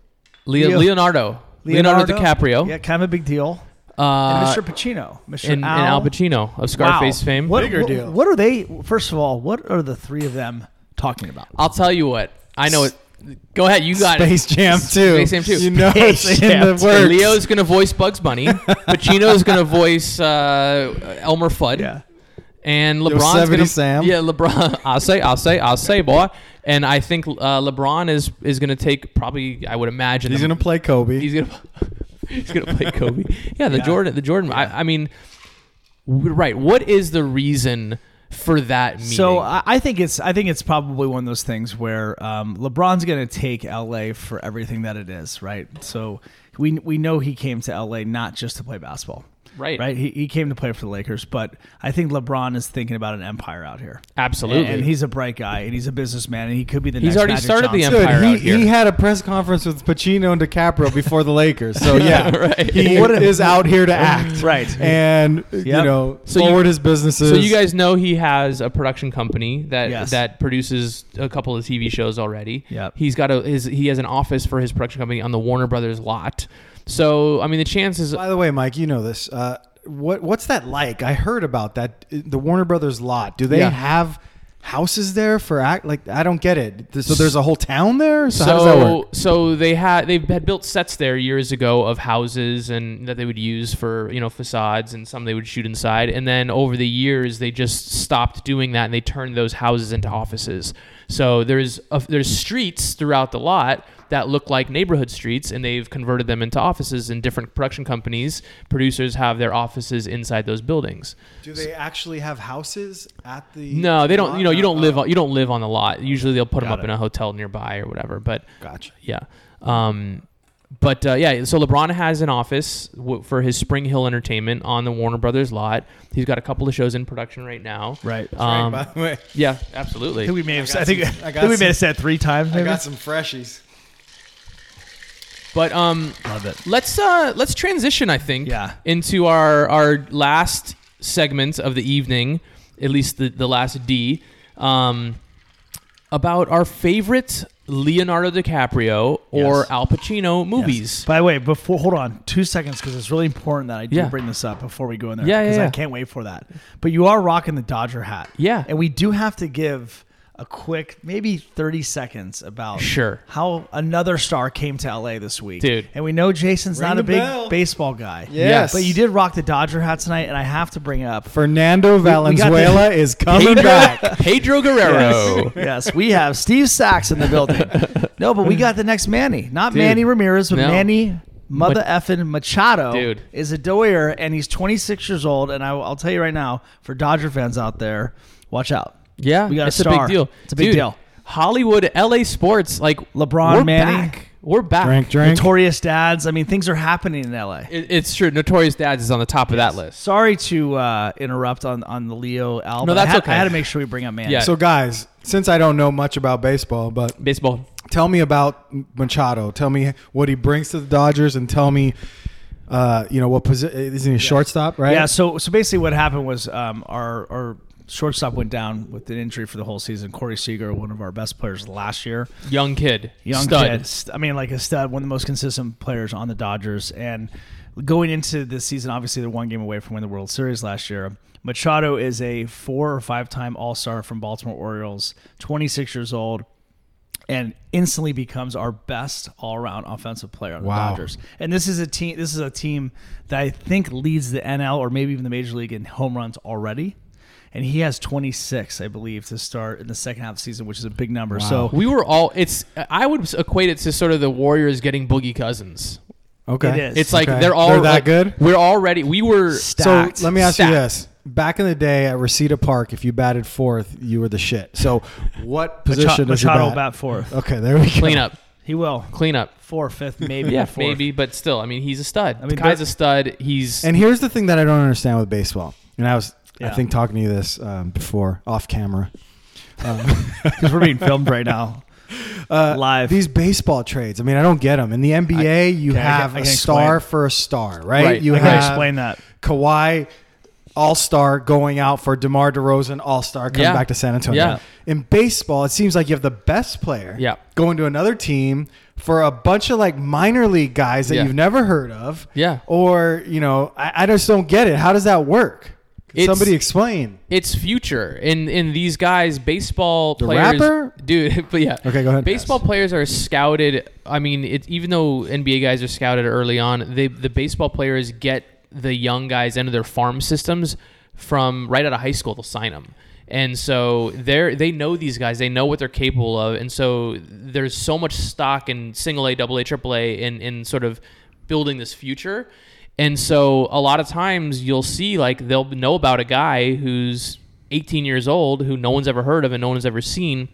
Leo, Leo- Leonardo. Leonardo, DiCaprio. Yeah, kind of a big deal. And Uh, Mr. Pacino. Mr. and, and Al Pacino of Scarface Wow. fame. What, Bigger what- deal. What are they? First of all, what are the three of them talking about? I'll tell you what. I know it. Go ahead. You got Space it. Jam 2. Space Jam 2. You know it's Space in Jam the 2. works. Leo's going to voice Bugs <laughs> Bunny. Pacino's going to voice uh, Elmer Fudd. Yeah. And LeBron's Yosemite going to Sam. Yeah, LeBron. <laughs> I'll say, I'll say, I'll say, boy. And I think uh, LeBron is is going to take probably. I would imagine He's the- going to play Kobe. He's gonna <laughs> he's gonna play Kobe. Yeah, the Jordan. The Jordan. I, I mean, w- right. What is the reason for that meeting? So uh, I, I think it's I think it's probably one of those things where um, LeBron's going to take LA for everything that it is, right? So we we know he came to LA not just to play basketball. Right. Right. He, he came to play for the Lakers, but I think LeBron is thinking about an empire out here. absolutely. And he's a bright guy and he's a businessman and he could be the He's next already Magic started the Johnson. empire. he, out here. he had a press conference with Pacino and DiCaprio before the Lakers. <laughs> So yeah, Right. he What a- is out here <laughs> to act. Right. And you Yep. know, So you- forward his businesses. so you guys know he has a production company that Yes. that produces a couple of TV shows already. Yep. He's got a his he has an office for his production company on the Warner Brothers lot. So I mean the chances By the way, Mike, you know this. Uh, what what's that like? I heard about that. uh, The Warner Brothers lot. Do they Yeah. have houses there for act? Like I don't get it. So there's a whole town there. So, how does that so work? so they had they had built sets there years ago of houses and that they would use for you know facades and some they would shoot inside and then over the years they just stopped doing that and they turned those houses into offices so there's a, there's streets throughout the lot that look like neighborhood streets, and they've converted them into offices. And different production companies, producers have their offices inside those buildings. Do they actually have houses at the? No, they don't. You know, you don't live on. on you don't live on the lot. Usually, they'll put them Got up in it. a hotel nearby or whatever. But Gotcha. yeah. Um, but uh, yeah, so LeBron has an office w- for his Spring Hill Entertainment on the Warner Brothers lot. He's got a couple of shows in production right now. Right. Um, By the way, yeah, I absolutely. think we may have. got I think, some- I I got think we some- may have said three times. I Maybe? got some freshies. But um, Love it. let's uh, let's transition. I think Yeah. into our our last segment of the evening, at least the the last D, um, about our favorite Leonardo DiCaprio or Yes. Al Pacino movies. Yes. By the way, before hold on two seconds because it's really important that I do Yeah. bring this up before we go in there. Yeah, yeah, Because yeah. I can't wait for that. But you are rocking the Dodger hat. Yeah. and we do have to give a quick, maybe thirty seconds about Sure. how another star came to LA this week, Dude. And we know Jason's Ring not a the big bell. baseball guy. Yes. but you did rock the Dodger hat tonight, and I have to bring up. Fernando Valenzuela is coming back. Pedro, Pedro Guerrero. yes, we have Steve Sachs in <laughs> the building. No, but we got the next Manny. Not Dude. Manny Ramirez, but No. Manny mother effing Machado Dude. is a doyer, and he's 26 years old. And I, will tell you right now, for Dodger fans out there, watch out. Yeah, We got a it's star. big deal. It's a big Dude, deal. Hollywood, LA sports, like LeBron, we're Manny. back. We're back. Drink, drink. Notorious dads. I mean, things are happening in LA. It- it's true. Notorious Dads is on the top of that list. Sorry to uh, interrupt on, on the Leo album. No, that's I had, okay. I had to make sure we bring up Manny. Yeah. So, guys, since I don't know much about baseball, but Baseball. tell me about Machado. Tell me what he brings to the Dodgers, and tell me, uh, you know, what position isn't he a shortstop, right? Yeah. So so basically, what happened was um, our our shortstop went down with an injury for the whole season. Corey Seager, one of our best players last year, Young kid. young stud. kid. St- I mean, like a stud, one of the most consistent players on the Dodgers. And going into this season, obviously they're one game away from winning the World Series last year. Machado is a four or five time All Star from Baltimore Orioles, 26 years old. And instantly becomes our best all-around offensive player on the Wow. Dodgers. And this is a team. This is a team that I think leads the NL or maybe even the Major League in home runs already. And he has 26, I believe, to start in the second half of the season, which is a big number. So We were all. It's. I would equate it to sort of the Warriors getting Boogie Cousins. Okay. It is. It's like Okay. they're all They're that like, good? We're already. We were. Stacked. So let me ask Stacked. you this: Back in the day at Reseda Park, if you batted fourth, you were the shit. So, what position Machado, does he Machado bat? bat? fourth. Okay, there we go. Clean up. He will Clean up. four, fifth, maybe. Yeah, fourth. <laughs> maybe, but still, I mean, he's a stud. I mean, Kai's but- a stud. He's And here's the thing that I don't understand with baseball, and I was, I Yeah. think, talking to you this um, before off camera. because we're being filmed right now, live. These baseball trades, I mean, I don't get them. In the NBA, you okay, I can- have I a can star explain. for a star, right? Right. You I have can explain that. Kawhi All Star going out for DeMar DeRozan All Star coming Yeah. back to San Antonio. Yeah. In baseball, it seems like you have the best player Yeah. going to another team for a bunch of like minor league guys that Yeah. you've never heard of. Yeah. Or, you know, I, I just don't get it. How does that work? Can It's- Somebody explain. it's future in in these guys baseball The players rapper? dude <laughs> but yeah Okay, go ahead. baseball players are scouted i mean it, even though nba guys are scouted early on they the baseball players get the young guys into their farm systems from right out of high school they'll sign them and so they're they know these guys they know what they're capable of and so there's so much stock in single a double a triple a in in sort of building this future and so a lot of times you'll see like they'll know about a guy who's 18 years old who no one's ever heard of and no one's ever seen.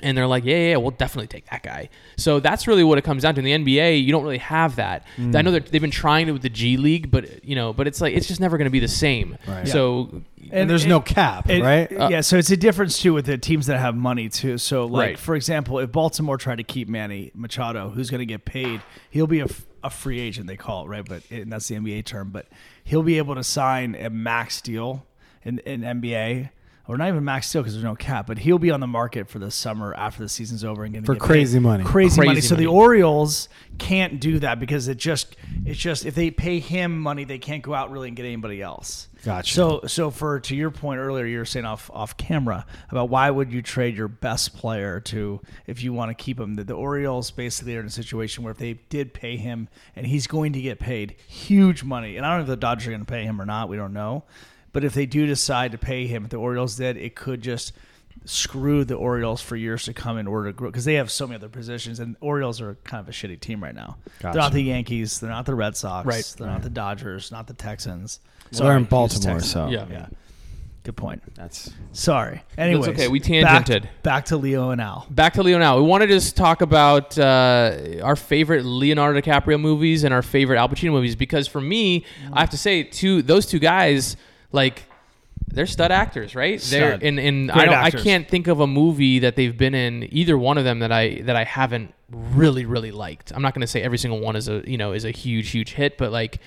And they're like, yeah, yeah, yeah, we'll definitely take that guy. So that's really what it comes down to. In the NBA, you don't really have that. I know that they've been trying it with the G League, but you know, but it's like it's just never going to be the same. Right. So And, there's it- no cap, it- right? Uh, yeah, so it's a difference too with the teams that have money too. So, like Right. for example, if Baltimore tried to keep Manny Machado, who's going to get paid, he'll be a, f- a free agent they call it, right? But and that's the NBA term. But he'll be able to sign a max deal in, in NBA. Or not even max deal because there's no cap, but he'll be on the market for the summer after the season's over and gonna For get paid crazy money. Crazy, money. Crazy So the money. Orioles can't do that because it just it's just if they pay him money, they can't go out really and get anybody else. Gotcha. So so, so for to your point earlier, you were saying off off camera about why would you trade your best player to if you want to keep him? The, the Orioles basically are in a situation where if they did pay him and he's going to get paid huge money, and I don't know if the Dodgers are going to pay him or not, we don't know. But if they do decide to pay him, if the Orioles did, it could just screw the Orioles for years to come in order to grow because they have so many other positions and Orioles are kind of a shitty team right now. Gotcha. They're not the Yankees, they're not the Red Sox, Right. they're not the Dodgers, not the Texans. So they're in Sorry, Houston Baltimore, Texans. so Yeah. yeah. Good point. that's Sorry. Anyways, okay. We back- tangented. Back, to Leo and Al. Back to Leo now. We want to just talk about uh, our favorite Leonardo DiCaprio movies and our favorite Al Pacino movies because for me, I have to say, two those two guys like they're stud actors, right? They're Stud. and, and I Great don't actors. I can't think of a movie that they've been in either one of them that I that I haven't really really liked. I'm not going to say every single one is a you know is a huge huge hit, but like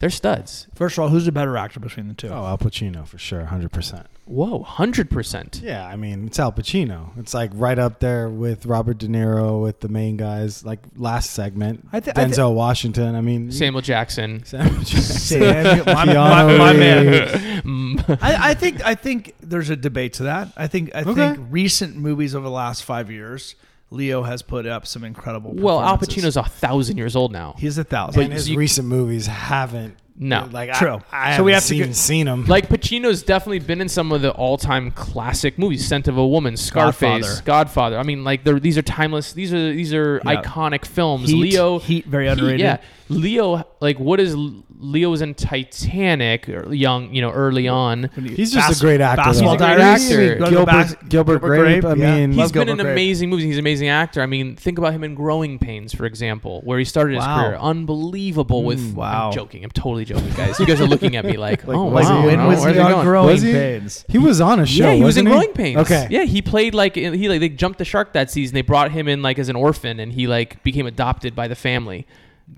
they're studs. First of all, who's the better actor between the two? oh Al Pacino for sure, hundred percent. Whoa, hundred percent. Yeah, I mean it's Al Pacino. It's like right up there with Robert De Niro with the main guys. Like last segment, I thi- I Denzel thi- Washington. I mean <laughs> Samuel Jackson. Sam- Sam, my, my, Keanu my man. Reeves. I, I think I think there's a debate to that. I think I Okay. think recent movies over the last five years, Leo has put up some incredible. Well, Al performances. Pacino's a thousand years old now. he's a thousand. And his you- recent movies haven't. No. like True. I, I So we haven't have to seen, get- seen him. Like Pacino's definitely been in some of the all-time classic movies: *Scent of a Woman*, *Scarface*, Godfather. *Godfather*. I mean, like they're, these are timeless. These are these are Yeah. iconic films. Heat- Leo, Heat, very underrated. yeah, Leo. Like, what is L- Leo was in *Titanic*? Or young, you know, early on. He's just a great actor, Basketball though. He's a great Diaries, actor. Go to Gilbert- bas- Gilbert Grape, I yeah. mean- He's Love been Gilbert in Grape. amazing movies. He's an amazing actor. I mean, think about him in *Growing Pains*, for example, where he started his Wow. Hmm, career. Unbelievable. With wow. I'm joking. I'm totally joking, guys. You guys are looking at me <laughs> like, oh was wow, he in- no, was where's he on going? Growing he? Pains. He was on a show. yeah, he was in wasn't Growing Pains. Okay. Yeah, he played like he like they jumped the shark that season. They brought him in like as an orphan, and he like became adopted by the family.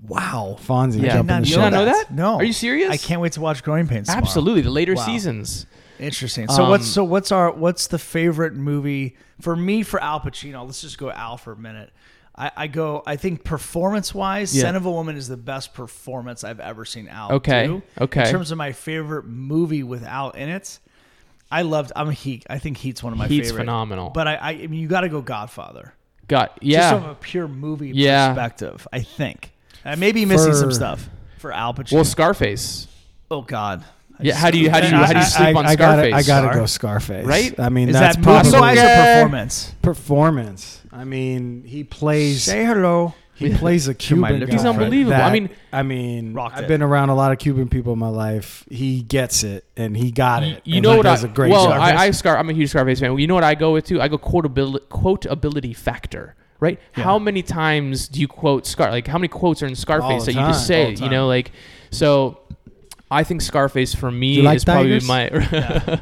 Wow. Fonzie Yeah. jumping I the did You show. not know that? No. Are you serious? I can't wait to watch Growing Pains. tomorrow. Absolutely, the later Wow. seasons. Interesting. So Um, what's so what's our what's the favorite movie for me for Al Pacino? Let's just go Al for a minute. I, I go. I think performance wise, Yeah. *Son of a Woman* is the best performance I've ever seen Al. Okay, do. okay. In terms of my favorite movie with Al in it, I loved. I'm a Heat. I think Heat's one of my Heat's favorite. phenomenal. But I, I, I mean, you got to go Godfather. Got Just from yeah. a pure movie Yeah. perspective, I think. I may be missing some For- stuff for Al Pacino. Well, Scarface. oh God. I Yeah, just- how do you- how do you- how do you sleep on I gotta- Scarface? I gotta, Scar- go Scarface. Right? I mean, Is that's that probably movie wise or Yeah. performance? performance. I mean, he plays. hello. he <laughs> plays a To my Cuban. little guy He's unbelievable. that- I mean- I mean, Rocked I've it. been around a lot of Cuban people in my life. He gets it, and he got it. You and know he what? I, does a great well, job. I, <laughs> I scar. I'm a huge Scarface fan. You know what I go with too? I go quotability, quotability factor. Right? How many times do you quote Scar? Like how many quotes are in Scarface the that you just time. say? All the You know, like so. I think Scarface for me You like is tigers? probably my. <laughs> it's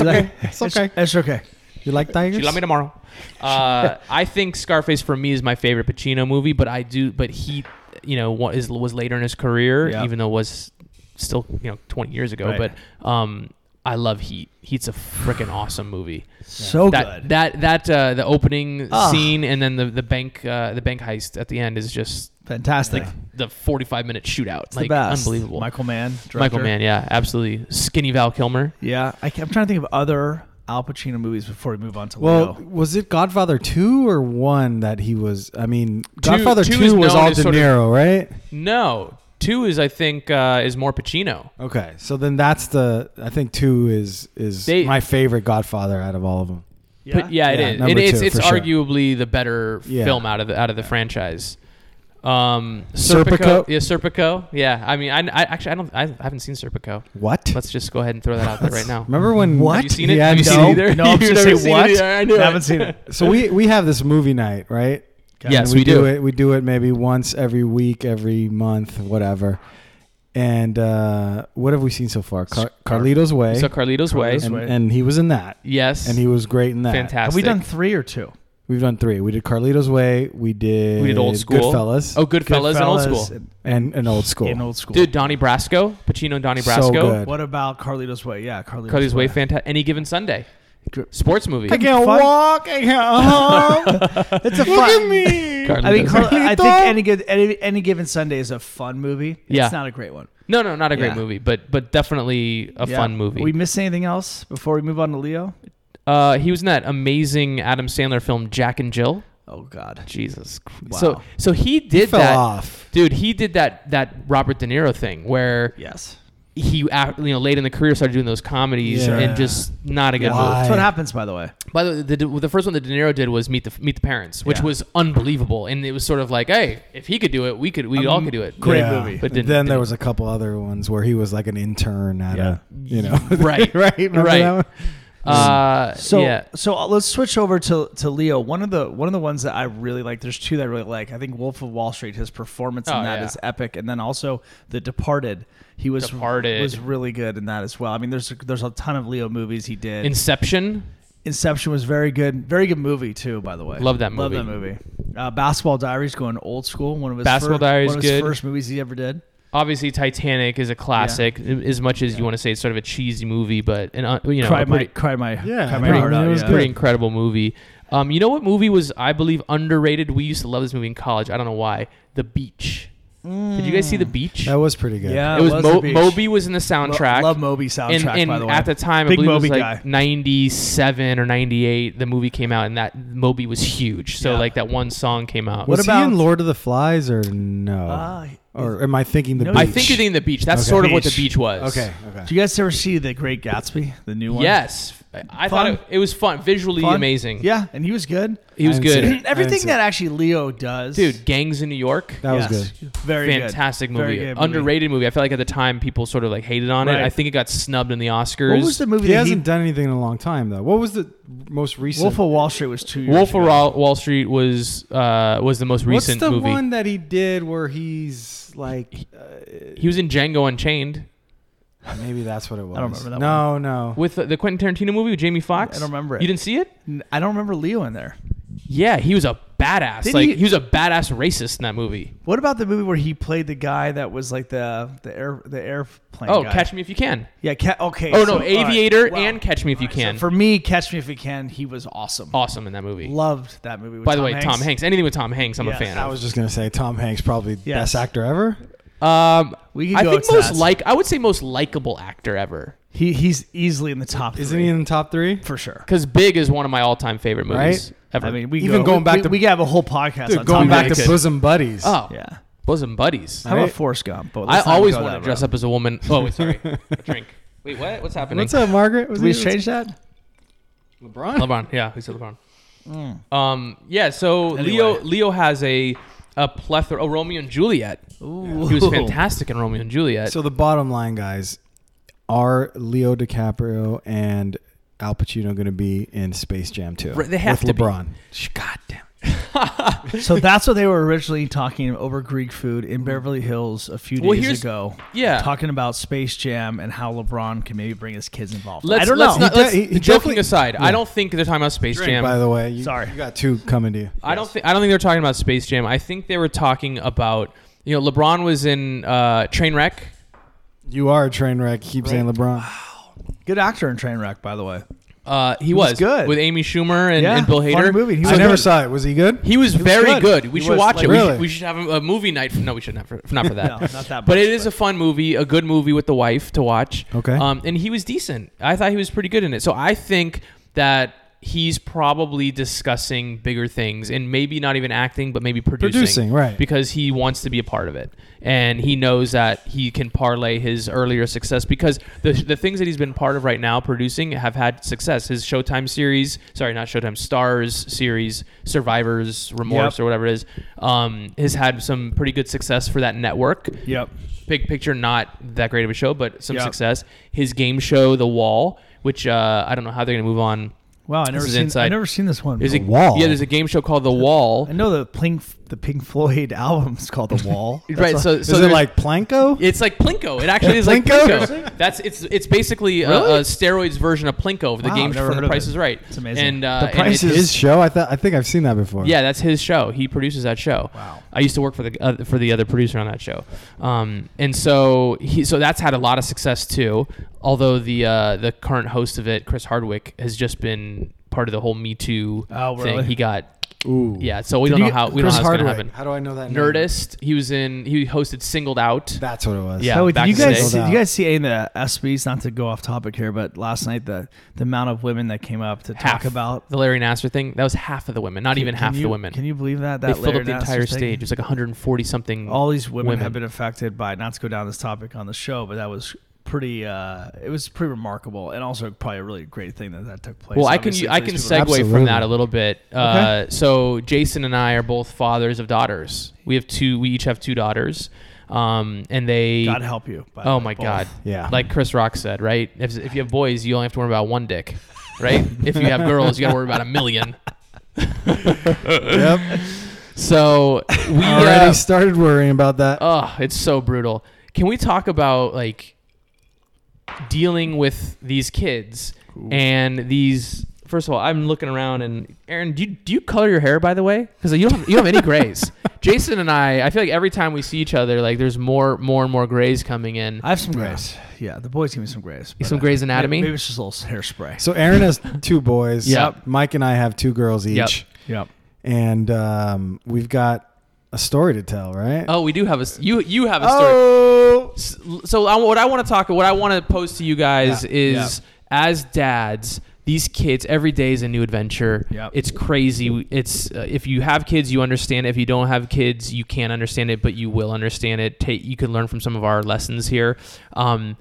You okay. like- It's okay. It's okay. You like tigers? She love me tomorrow. Uh, I think Scarface for me is my favorite Pacino movie, but I do, but he, you know, what is was later in his career, Yeah. even though it was still you know 20 years ago. Right. But um, I love Heat. Heat's a freaking awesome movie. So that good. that that uh, the opening Ah. scene and then the the bank uh, the bank heist at the end is just Fantastic. like the 45 minute shootout, It's like the best. unbelievable. Michael Mann. Director. Michael Mann, yeah, absolutely. Skinny Val Kilmer. Yeah. I can, I'm trying to think of other Al Pacino movies before we move on to Well, Leo. was it Godfather two or one that he was? I mean, Godfather two two, is was known all as De sort of- Niro, right? No, two is I think uh, is more Pacino. Okay, so then that's the. I think two is is They- my favorite Godfather out of all of them. But yeah, it Yeah, is. It, number it's two, it's for sure. arguably the better Yeah. film out of the out of the franchise. Um, Serpico, Serpico? yeah, Serpico, yeah. I mean, I, I actually I don't I haven't seen Serpico. What? Let's just go ahead and throw that out there right now. Remember when? What? Have you seen it? He Have <laughs> had- you seen no, it either? no, I'm You've just never gonna say seen what? It either? I knew haven't seen it. So we we have this movie night, right? Okay. Yes, And we, we do. do it. We do it maybe once every week, every month, whatever. And uh, what have we seen so far? Car- Carlito's Way, So Carlito's Way. Carlito's and, Way. and he was in that, Yes. and he was great in that. fantastic. Have we done three or two? We've done three. We did Carlito's Way. We did We did old school. Goodfellas. Oh, Goodfellas, and Old Goodfellas School. and and old school. In old school. Dude, Donnie Brasco, Pacino, and Donnie So Brasco. good. What about Carlito's Way? Yeah, Carlito's, Carlito's Way, fantastic. Any given Sunday, Gr- sports movie. I can't Fun- walk. <laughs> I can't hum. It's a Look at fun. me. Carlito's I mean, Carl, <laughs> I think Carlito. any good any, any given Sunday is a fun movie. Yeah. It's not a great one. No, no, not a great Yeah. movie, but but definitely a Yeah. fun movie. We miss anything else before we move on to Leo? uh, he was in that amazing Adam Sandler film Jack and Jill. Oh God. Jesus. Christ. Wow. So so he He did fell that, off. dude. He did that that Robert De Niro thing where Yes. he af- you know late in the career started doing those comedies Yeah. and just not a good Why? move. That's what happens, by the way. By the way, the, the first one that De Niro did was Meet the Meet the Parents, which Yeah. was unbelievable, and it was sort of like, hey, if he could do it, we could, we all could do it. Um, Great movie. But didn't- then there didn't. was a couple other ones where he was like an intern at Yeah. a, you know, <laughs> Right. right, <laughs> Remember Right. that one? Uh, So yeah, so uh, let's switch over to to Leo. One of the one of the ones that I really like. There's two that I really like. I think Wolf of Wall Street. His performance Oh, in that is yeah. epic, and then also The Departed. He was Departed. was really good in that as well. I mean, there's there's a ton of Leo movies he did. Inception. Inception was very good, very good movie too. By the way, Love that Love that movie. movie. Uh, Basketball Diaries going old school. One of his Basketball fir- Diaries, one of his good. first movies he ever did. Obviously, Titanic is a classic. As much as you want to say it's sort of a cheesy movie, but and uh, you know, cry a pretty, my cry my Yeah, cry I my mean, heart it out. was yeah. pretty incredible movie. Um, you know what movie was I believe underrated? We used to love this movie in college. I don't know why. The Beach. Did you guys Mm. see The Beach? That was pretty good. Yeah, it was, the Mo- beach. Moby was in the Lo- soundtrack. love Moby soundtrack. and, and by the way, at the time, Big I believe Moby it was guy. like '97 or '98. The movie came out, and that Moby was huge. So Yeah. like that one song came out. What Was about- he in Lord of the Flies or no? Ah, or am I thinking the No, beach? I think you're thinking the beach. That's Okay. sort of what the Beach. beach was. okay, okay. Do you guys ever see The Great Gatsby, the new one? Yes, I- I thought Fun? it, it was fun, visually Fun? amazing. Yeah, and he was good. <clears throat> he was I didn't see good, it. Everything see that actually Leo <clears throat> does, dude. Gangs in New York. That was yes, good. Very good. Fantastic Very movie. good underrated movie. I feel like at the time people sort of like hated on Right. it. I think it got snubbed in the Oscars. What was the movie He that he hasn't done anything in a long time though. What was the most recent? Wolf of Wall Street was two years Wolf of ago. Wall, Wall Street was uh, was the most What's recent the movie. one that he did where he's like? uh, He was in Django Unchained Maybe that's what it was. don't remember that no, no. with the, the Quentin Tarantino movie with Jamie Foxx. I don't remember it. You didn't see it? N- I don't remember Leo in there. Yeah, he was a badass. Didn't like he- he was a badass racist in that movie. What about the movie where he played the guy that was like the the air the airplane? Oh, guy? Catch Me If You Can. Yeah, ca- okay. Oh so- no, all right. Aviator Wow. and Catch Me If You So Can. for me, Catch Me If You Can, he was awesome. awesome in that movie. Loved that movie. With By the Tom way, Hanks. Tom Hanks. Anything with Tom Hanks, I'm Yes. a fan. I Of. was just gonna say Tom Hanks probably Yes. best actor ever. Um, We can I go think to most that. like I would say most likable actor ever He he's easily in the top. Isn't three, he in the top three? for sure? because Big is one of my all time favorite movies Right? ever. I mean, we Even go- going back we, to- we could have a whole podcast. Dude, on going Tom back Hanks. Ah, to Hanks. bosom buddies. oh, yeah. bosom buddies. How Right? about Forrest Gump? But I let's not always go want that to dress route. up as a woman. Oh, wait, <laughs> sorry. Drink. Wait, what? What's happening? What's up, Margaret? Was Did we he- change that? LeBron? LeBron. Yeah, who's LeBron? Um, yeah. So Mm. Anyway. Leo Leo has a a plethora. Oh, Romeo and Juliet. Ooh. He was fantastic in Romeo and Juliet. So the bottom line, guys, are Leo DiCaprio and Al Pacino going to be in Space Jam 2? Right, they have with to be. LeBron. God damn. <laughs> So that's what they were originally talking over Greek food in Beverly Hills a few Well, days here's- ago. yeah. talking about Space Jam and how LeBron can maybe bring his kids involved. Let's, I don't let's know. Not, He let's, de- he- he joking definitely- aside, I yeah. don't think they're talking about Space Jam. By the way, you, Sorry. you got two coming to you. I don't think I don't think they're talking about Space Jam. I think they were talking about you know LeBron was in uh, Trainwreck. You are a train wreck. Keep saying LeBron. Good actor in Trainwreck, by the way. Uh, he, was was, good. with Amy Schumer and, Yeah, and Bill funny Hader. movie. He I was never good. saw it. Was he good? He was was very good. good. We He should was, watch like- it. We, Really? should, we should have a, a movie night. For, no, we should not for not <laughs> for No, that. not But that. much, it is a fun movie, a good movie with the wife to watch. Okay. Um, and he was decent. I thought he was pretty good in it. So I think that he's probably discussing bigger things and maybe not even acting, but maybe producing. Producing, right. Because he wants to be a part of it. And he knows that he can parlay his earlier success because the, the things that he's been part of right now producing have had success. His Showtime series, sorry, not Showtime, Stars series, Survivors, Remorse, Yep. or whatever it is, um, has had some pretty good success for that network Yep. big picture, not that great of a show, but some Yeah. success. His game show, The Wall, which uh, I don't know how they're gonna move on. Wow, I This never is seen. I inside. never seen this one. There's a Wall? Yeah, there's a game show called The Wall. I know the Pink the Pink Floyd <laughs> album is called The Wall. <laughs> That's right. what- So, so is it there's- like Planko? It's like Plinko. It actually is like Plinko? Plinko. That's it's it's basically a, a steroids version of Plinko, the Wow, game I've never from heard The of Price it. is Right. It's amazing. And uh, The and Price it- is- His show? I thought I think I've seen that before. Yeah, that's his show. He produces that show. Wow. I used to work for the uh, for the other producer on that show, um, and so he so that's had a lot of success too. Although the uh, the current host of it, Chris Hardwick, has just been part of the whole Me Too Oh, really? thing. He got Ooh. yeah. So we Did don't you- know how we Chris don't know how it's Hardwick. gonna happen. How do I know that? name? Nerdist. He was in. He hosted Singled Out. That's what it was. Yeah. Oh, wait, back did you in the guys day. see, did you guys see any of the SBs? Not to go off topic here, but last night the the amount of women that came up to Half talk about the Larry Nasser thing. That was half of the women. Not even Can half you- the women. Can you believe that? they That filled Larry up the Nasser entire thing? stage. It was like 140 something. All these women, women. have been affected by not to go down this topic on the show, but that was pretty. Uh, it was pretty remarkable, and also probably a really great thing that that took place. Well, I can Obviously, I for can these segue people- from Absolutely. that a little bit. Uh, so Jason and I are both fathers of daughters. We have two. We each have two daughters, um, and they. God help you. by the oh way, my both. God! Yeah. Like Chris Rock said, right? If, if you have boys, you only have to worry about one dick, right? if you have girls, you got to worry about a million. <laughs> yep. So <laughs> we Already uh, started worrying about that. Oh, it's so brutal. Can we talk about like dealing with these kids and these? First of all, I'm looking around, and Aaron, do you, do you color your hair by the way? Because you don't have, you don't have any grays. Jason and I, I feel like every time we see each other, like there's more more and more grays coming in. I have some grays. Yeah, the boys give me some grays. but, Some uh, Grey's may- Anatomy? Maybe it's just a little hairspray. so Aaron has two boys. Yep. Mike and I have two girls each. Yep. yep. And um, we've got a story to tell, right? Oh, we do have a s- you you have a story. Oh. S- so I, what I want to talk, what I want to pose to you guys Yeah. is as dads, these kids every day is a new adventure. Yep. It's crazy. It's uh, if you have kids, you understand. it. If you don't have kids, you can't understand it, but you will understand it. Take you can learn from some of our lessons here. Um,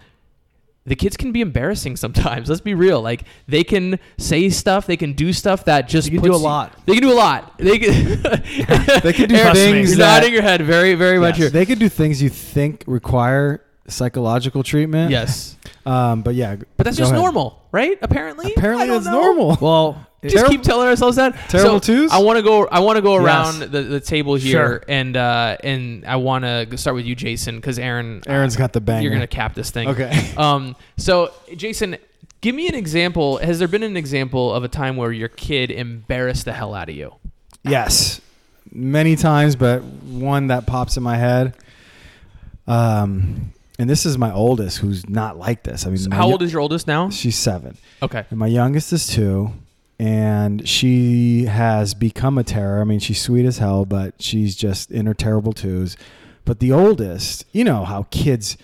the kids can be embarrassing sometimes. Let's be real. Like they can say stuff, they can do stuff that just They can puts do a you- lot. they can do a lot. They can, <laughs> <laughs> They can do Aaron, things You're that- nodding your head very, very much. Yes. Here. They could do things you think require psychological treatment. Yes. Um, but yeah. But that's go just ahead. normal, right? Apparently. I Apparently, don't it's know. normal. Well, Just keep telling ourselves that. Terrible so, twos? I want to go. I want to go Yes. around the, the table here, Sure. and uh, and I want to start with you, Jason, because Aaron. Aaron's got the banger. You're gonna cap this thing. Okay. <laughs> Um. So, Jason, give me an example. Has there been an example of a time where your kid embarrassed the hell out of you? Yes, many times, but one that pops in my head. Um, and this is my oldest, who's not like this. I mean, my How yo- old is your oldest now? she's seven, Okay. and my youngest is two, and she has become a terror. I mean, she's sweet as hell, but she's just in her terrible twos. But the oldest, you know how kids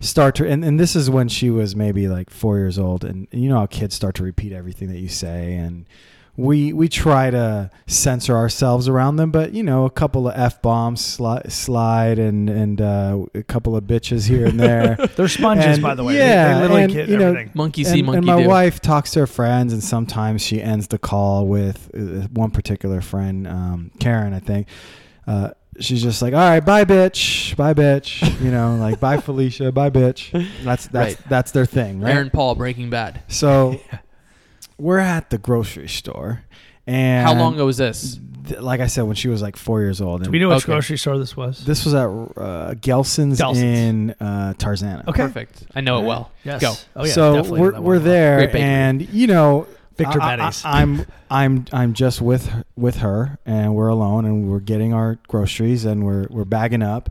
start to, and, and this is when she was maybe like four years old, and you know how kids start to repeat everything that you say, and we we try to censor ourselves around them, but you know, a couple of f bombs sli- slide, and and uh, a couple of bitches here and there. they're sponges, And- by the way. They- yeah, they, literally and, get you know, everything. Monkey see, and, monkey and my do. wife talks to her friends, and sometimes she ends the call with uh, one particular friend, um, Karen, I think. Uh, she's just like, "All right, bye, bitch, bye, bitch," you know, like, <laughs> "Bye, Felicia, bye, bitch." That's that's that's their thing, right? Aaron Paul, Breaking Bad. <laughs> So we're at the grocery store, and How long ago was this? th- like I said, when she was like four years old, and Do we know which Okay. grocery store this was? this was at uh, Gelson's, Gelson's. in uh, Tarzana. Okay. Perfect. I know it well. Yes. Go. Oh yeah. so definitely we're, that we're one. Great there, bakery. and you know, Victor I, I, Betty's. I'm I'm I'm just with her, with her, and we're alone, and we're getting our groceries, and we're we're bagging up,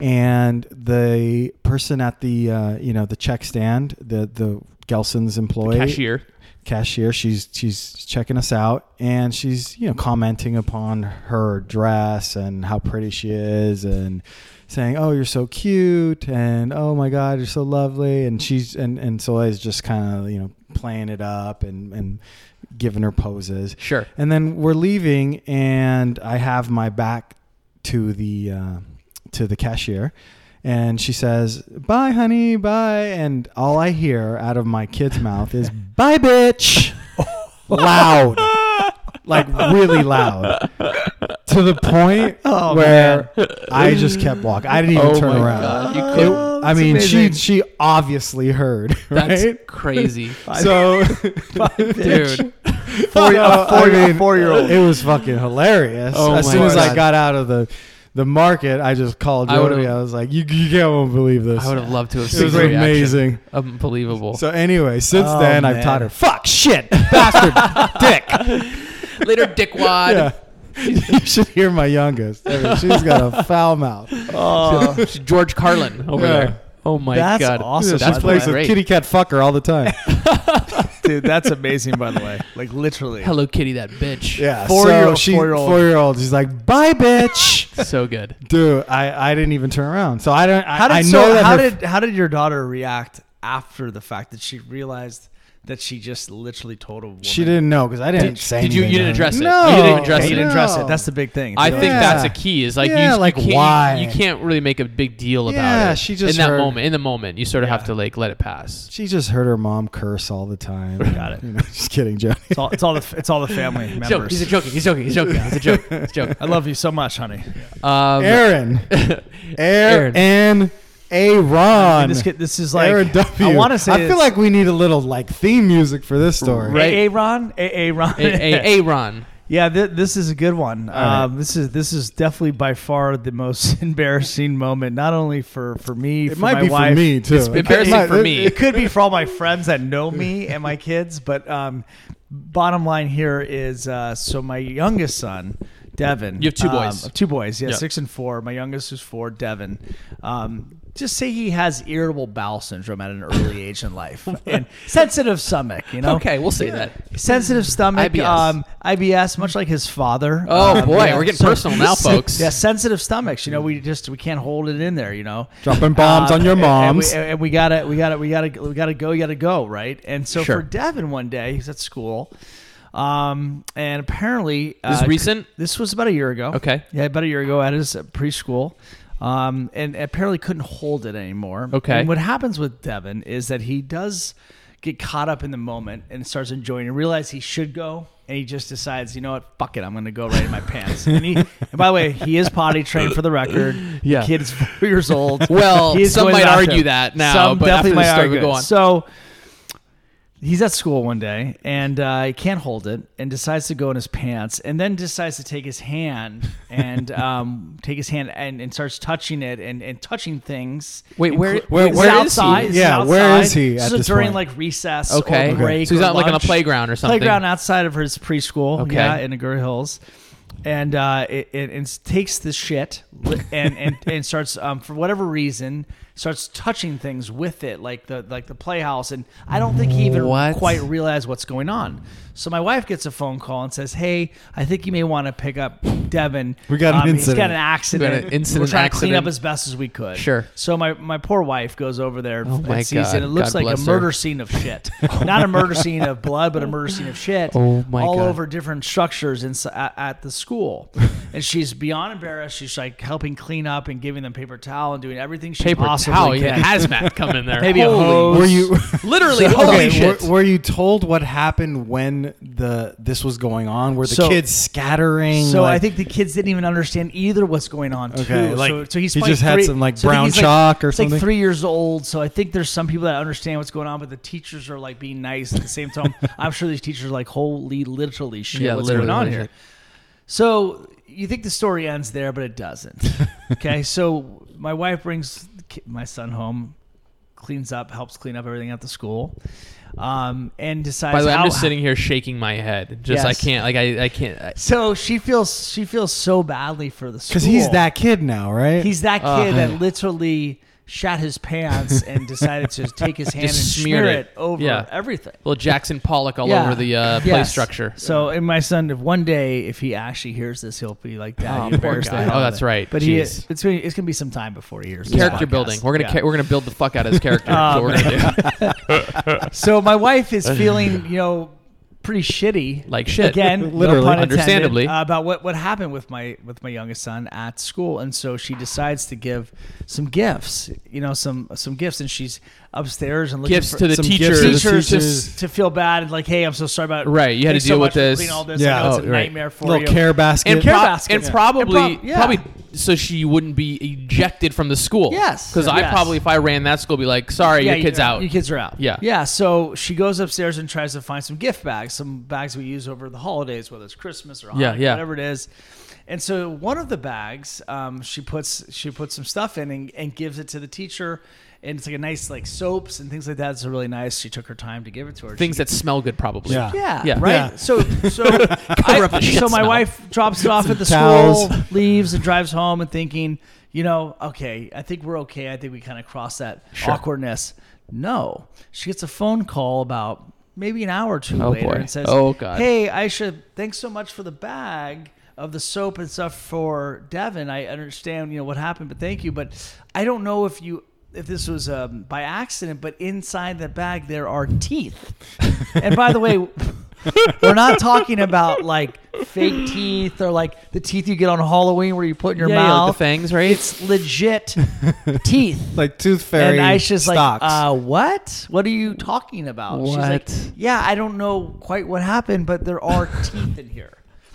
and the person at the uh, you know the check stand, the the Gelson's employee, Cashier. cashier she's she's checking us out and she's you know commenting upon her dress and how pretty she is and saying oh you're so cute and oh my god you're so lovely and she's and and Soleil's just kind of you know playing it up and and giving her poses Sure. and then we're leaving, and I have my back to the uh, to the cashier, and she says, "Bye, honey, bye." And all I hear out of my kid's <laughs> mouth is, "Bye, bitch," loud, like really loud, to the <laughs> point Oh, where I just kept walking. I didn't even Oh turn my around. God. You It- couldn't- I Uh, That's mean, amazing. <laughs> she she obviously heard, That's <laughs> right? crazy, so. <laughs> dude. Four- <laughs> a four- a four-year-old. It was fucking hilarious. Oh as my soon as I God. got out of the the market, I just called I would've- Jody. I, was like, "You, you can't won't believe this." I would have loved to have It seen was the reaction. amazing. Unbelievable. So anyway, since Oh, then man. I've taught her fuck shit <laughs> bastard dick. <laughs> Later, dickwad. Yeah. you should hear my <laughs> youngest. I mean, she's got a foul mouth. Oh, George Carlin over Yeah. there. Oh my That's god. awesome, she That's by the plays pretty way. with great. kitty cat fucker all <laughs> the time. dude, that's amazing. By the way, like literally. Hello Kitty, that bitch. Yeah, Four-year-old, so she, four-year-old. four-year-old. She's like, <laughs> "Bye, bitch." So good. Dude, I, I didn't even turn around. So I don't. I, How did I know so, that how her- did how did your daughter react after the fact that she realized that she just literally told a woman. She didn't know because I didn't Did- say did you- you anything didn't to her. address it. No, You didn't address Yeah, it. you didn't dress it. That's the the big thing. I So- think Yeah. that's a key. Is like Yeah, you, like, you can't, why? You can't really make a big deal about Yeah, it. she just in that heard- moment, in the moment, you sort of have to like let it pass. She just heard her mom curse all the time. Got it. You know, <laughs> just kidding, Joey. It's all, it's all the it's all the <laughs> family members. Joke. He's a joking. He's joking. He's joking. He's a joke. It's a joke. I love you so much, honey. <laughs> Um, Aaron, Aaron, Aaron. and I mean, Aaron. this kid, this is like Aaron W. I want to say I feel it's- like we need a little like theme music for this story. Right. Aaron, Aaron, A- A- Aaron. <laughs> Yeah, th- this is a good one. right. Um, This is this is definitely by far the most <laughs> embarrassing moment, not only for for me, It for might my be wife. for me too. It's <laughs> It embarrassing might- for it- me. It could be for all my friends that know me and my kids, but um, bottom line here is uh, so my youngest son, Devin. You have two um, boys. two boys, yeah, Yeah. six and four. My youngest is four, Devin. Um, just say he has irritable bowel syndrome at an early age <laughs> in life and sensitive stomach. You know, Okay, we'll say that. sensitive stomach, IBS. Um, IBS, much like his father. Oh, Um, boy, we're getting personal now, folks. Yeah, sensitive stomachs. You know, we just we can't hold it in there. You know, Um, Dropping bombs on your and- and we- moms. and we gotta, we gotta, we gotta, we gotta go, you gotta go, right? And so Sure. for Devin, one day he's at school, um, and apparently This uh, recent? This was about a year ago. Okay. yeah, about a year ago at his uh, preschool, um, and apparently couldn't hold it anymore. Okay. and what happens with Devin is that he does get caught up in the moment and starts enjoying and realize he should go. And he just decides, you know what, fuck it, I'm gonna go right in my pants. <laughs> And he, and by the way, he is potty trained for the record. Yeah. kid is four years old. Well, He is some going might to the argue bathroom. that now, Some but after definitely this might story, argue. go on. So he's at school one day and uh, he can't hold it and decides to go in his pants and then decides to take his hand and <laughs> um, take his hand and, and starts touching it and, and touching things. Wait, And where- cl- where- it's where is he? outside, it's Yeah, where is outside. he at so this during point? like recess. Okay. Or Okay. break So he's or not like on a lunch. playground or something. Playground outside of his preschool. Okay. Yeah, in Agoura Hills. And uh, it, it, it takes this shit and and, and starts um, for whatever reason starts touching things with it like the like the playhouse and I don't think he even What? quite realize what's going on. So my wife gets a phone call and says, "Hey, I think you may want to pick up Devin. Um, We got an He's got an incident. accident. We got an incident, We're trying to clean up accident." as best as we could. Sure. Oh So my my poor wife goes over there and my sees God. it. It looks God like a bless her. murder scene of shit. <laughs> Not a murder scene of blood, but a murder scene of shit. Oh, my all God. over different structures in, at, at the school. <laughs> and she's beyond embarrassed. She's like helping clean up and giving them paper towel and doing everything she Paper possibly towel. can. Yeah, hazmat come in there. <laughs> Maybe a Holy- hose. Were you? <laughs> Literally, So- holy okay, shit. Were, were you told what happened when the this was going on? Were the So- kids scattering? So I like- think the kids didn't even understand either what's going on. Okay, too. like, so, so he's he probably just had three- some, like, so I think brown he's, chalk or he's, like, something? three years old, so I think there's some people that understand what's going on, but the teachers are like being nice at the same <laughs> time. I'm sure these teachers are like, holy, literally shit, Yeah, what's literally, going on literally. here? So you think the story ends there, but it doesn't. <laughs> okay, so my wife brings the ki- my son home, cleans up, helps clean up everything at the school, um, and decides. By the way, I'm how- just sitting here shaking my head. Just I Yes. can't. Like I, I can't. I, <laughs> So she feels she feels so badly for the school because he's that kid now, right? He's that Uh, kid <laughs> that literally shat his pants and decided to just take his hand <laughs> and Just smear smeared it, it. over Yeah. everything. little Jackson Pollock all Yeah. over the uh, play Yes. structure. So, and my son, if one day if he actually hears this, he'll be like, "Dad, Oh, you embarrassed poor the guy. hell Oh, out of that's it." right. But he, Jeez. it's been- it's gonna be some time before he hears this Character podcast. building. We're gonna Yeah. Um, ca- we're gonna build the fuck out of his character. <laughs> That's what we're gonna do. so my <laughs> wife is feeling, you know, pretty shitty. Like shit. Again, literally, Literally. no pun intended, Understandably. uh, about what what happened with my with my youngest son at school, and so she decides to give some gifts. You know, some some gifts, and she's upstairs and looking Gifts for to the Some teachers. gifts to the teachers teachers. to, to feel bad and like, hey, I'm so sorry about Right, you had to thanks deal so with much for this. cleaning all this. Yeah. I know it's Oh, a right. nightmare for little you. care basket. and, care prob- basket. and Yeah. probably And prob- yeah. probably so she wouldn't be ejected from the school. Yes. because I Yes. probably if I ran that school, be like, sorry, your you- kid's out. Your kids are out. Yeah. Yeah. So she goes upstairs and tries to find some gift bags, some bags we use over the holidays, whether it's Christmas or Hanukkah, Yeah, yeah. whatever it is. And so one of the bags, um, she puts she puts some stuff in and, and gives it to the teacher. And it's like a nice like soaps and things like that. It's really nice. She took her time to give it to her. Things She- that smell good, probably. Yeah. yeah, Yeah. right. Yeah. So, <laughs> so, I- up the shit so my smell. wife drops it off at the towels. school, leaves, and drives home, and thinking, you know, okay, I think we're okay. I think we kind of crossed that Sure. awkwardness. No, she gets a phone call about maybe an hour or two Oh, later boy. and says, Oh, God. hey, Aisha, thanks so much for the bag." Of the soap and stuff for Devin, I understand you know what happened, but thank you. But I don't know if you if this was um, by accident, but inside the bag there are teeth. and by <laughs> the way, we're not talking about like fake teeth or like the teeth you get on Halloween where you put in your Yeah, yeah, like mouth. the fangs, right? It's <laughs> legit teeth. like tooth fairy and Aisha's just like, stocks. uh, what? What are you talking about? She's like, What? yeah, I don't know quite what happened, but there are teeth in here.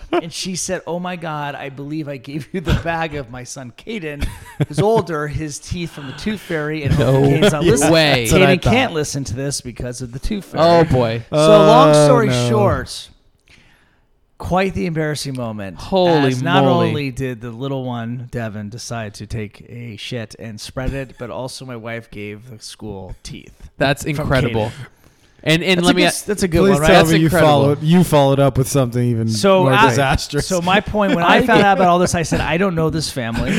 And she said, oh my God, I believe I gave you the bag of my son Caden, who's older, his teeth from the Tooth Fairy. And No hopefully Caden's not listening. way. That's what I Caden can't thought. listen to this because of the Tooth Fairy. Oh boy. So long Oh, story no. short, quite the embarrassing moment. Holy as not moly. only did the little one Devin decide to take a shit and spread it, but also my wife gave the school teeth. That's incredible. And and That's, let a, me good, that's a good Please one, right? tell That's me you incredible. followed you followed up with something even so more I- disastrous. So my point when I found out about all this, I said I don't know this family.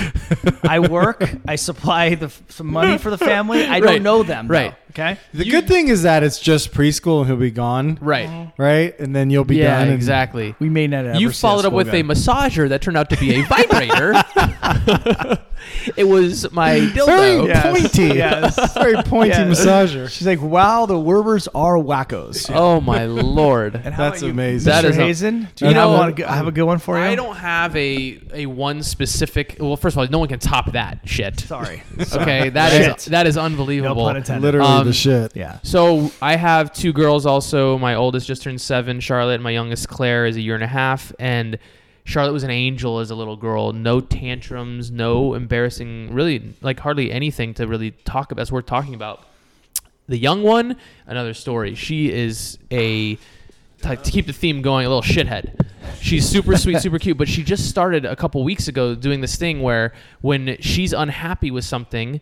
I work. I supply the f- some money for the family. I Right. don't know them. though, Right. okay. <laughs> the good thing is that it's just preschool and he'll be gone, right. right? And then you'll be Yeah, done. and- <laughs> exactly. We may not. Ever You see a followed up school with a again. massager that turned out to be a vibrator. <laughs> it was my dildo. Very pointy. <laughs> Yes. Very <laughs> pointy Yeah. massager. She's like, wow, the Werbers are wackos. Oh <laughs> my lord. And how That's about you, amazing. That Mr. is a- Hazen, do You you know, know- have, a, good- have a good one for you? I don't have a a one specific. Well, first of all, no one can top that shit. <laughs> Sorry. <laughs> Okay, that is Shit. that is No unbelievable. pun intended. Literally Um, the shit. Yeah. So I have two girls also. My oldest just turned seven, Charlotte, and my youngest Claire is a year and a half. And Charlotte was an angel as a little girl. No tantrums, no embarrassing, really like hardly anything to really talk about. That's worth talking about. The young one, another story. She is a to, to keep the theme going, a little shithead. She's super sweet, super cute, but she just started a couple weeks ago doing this thing where when she's unhappy with something,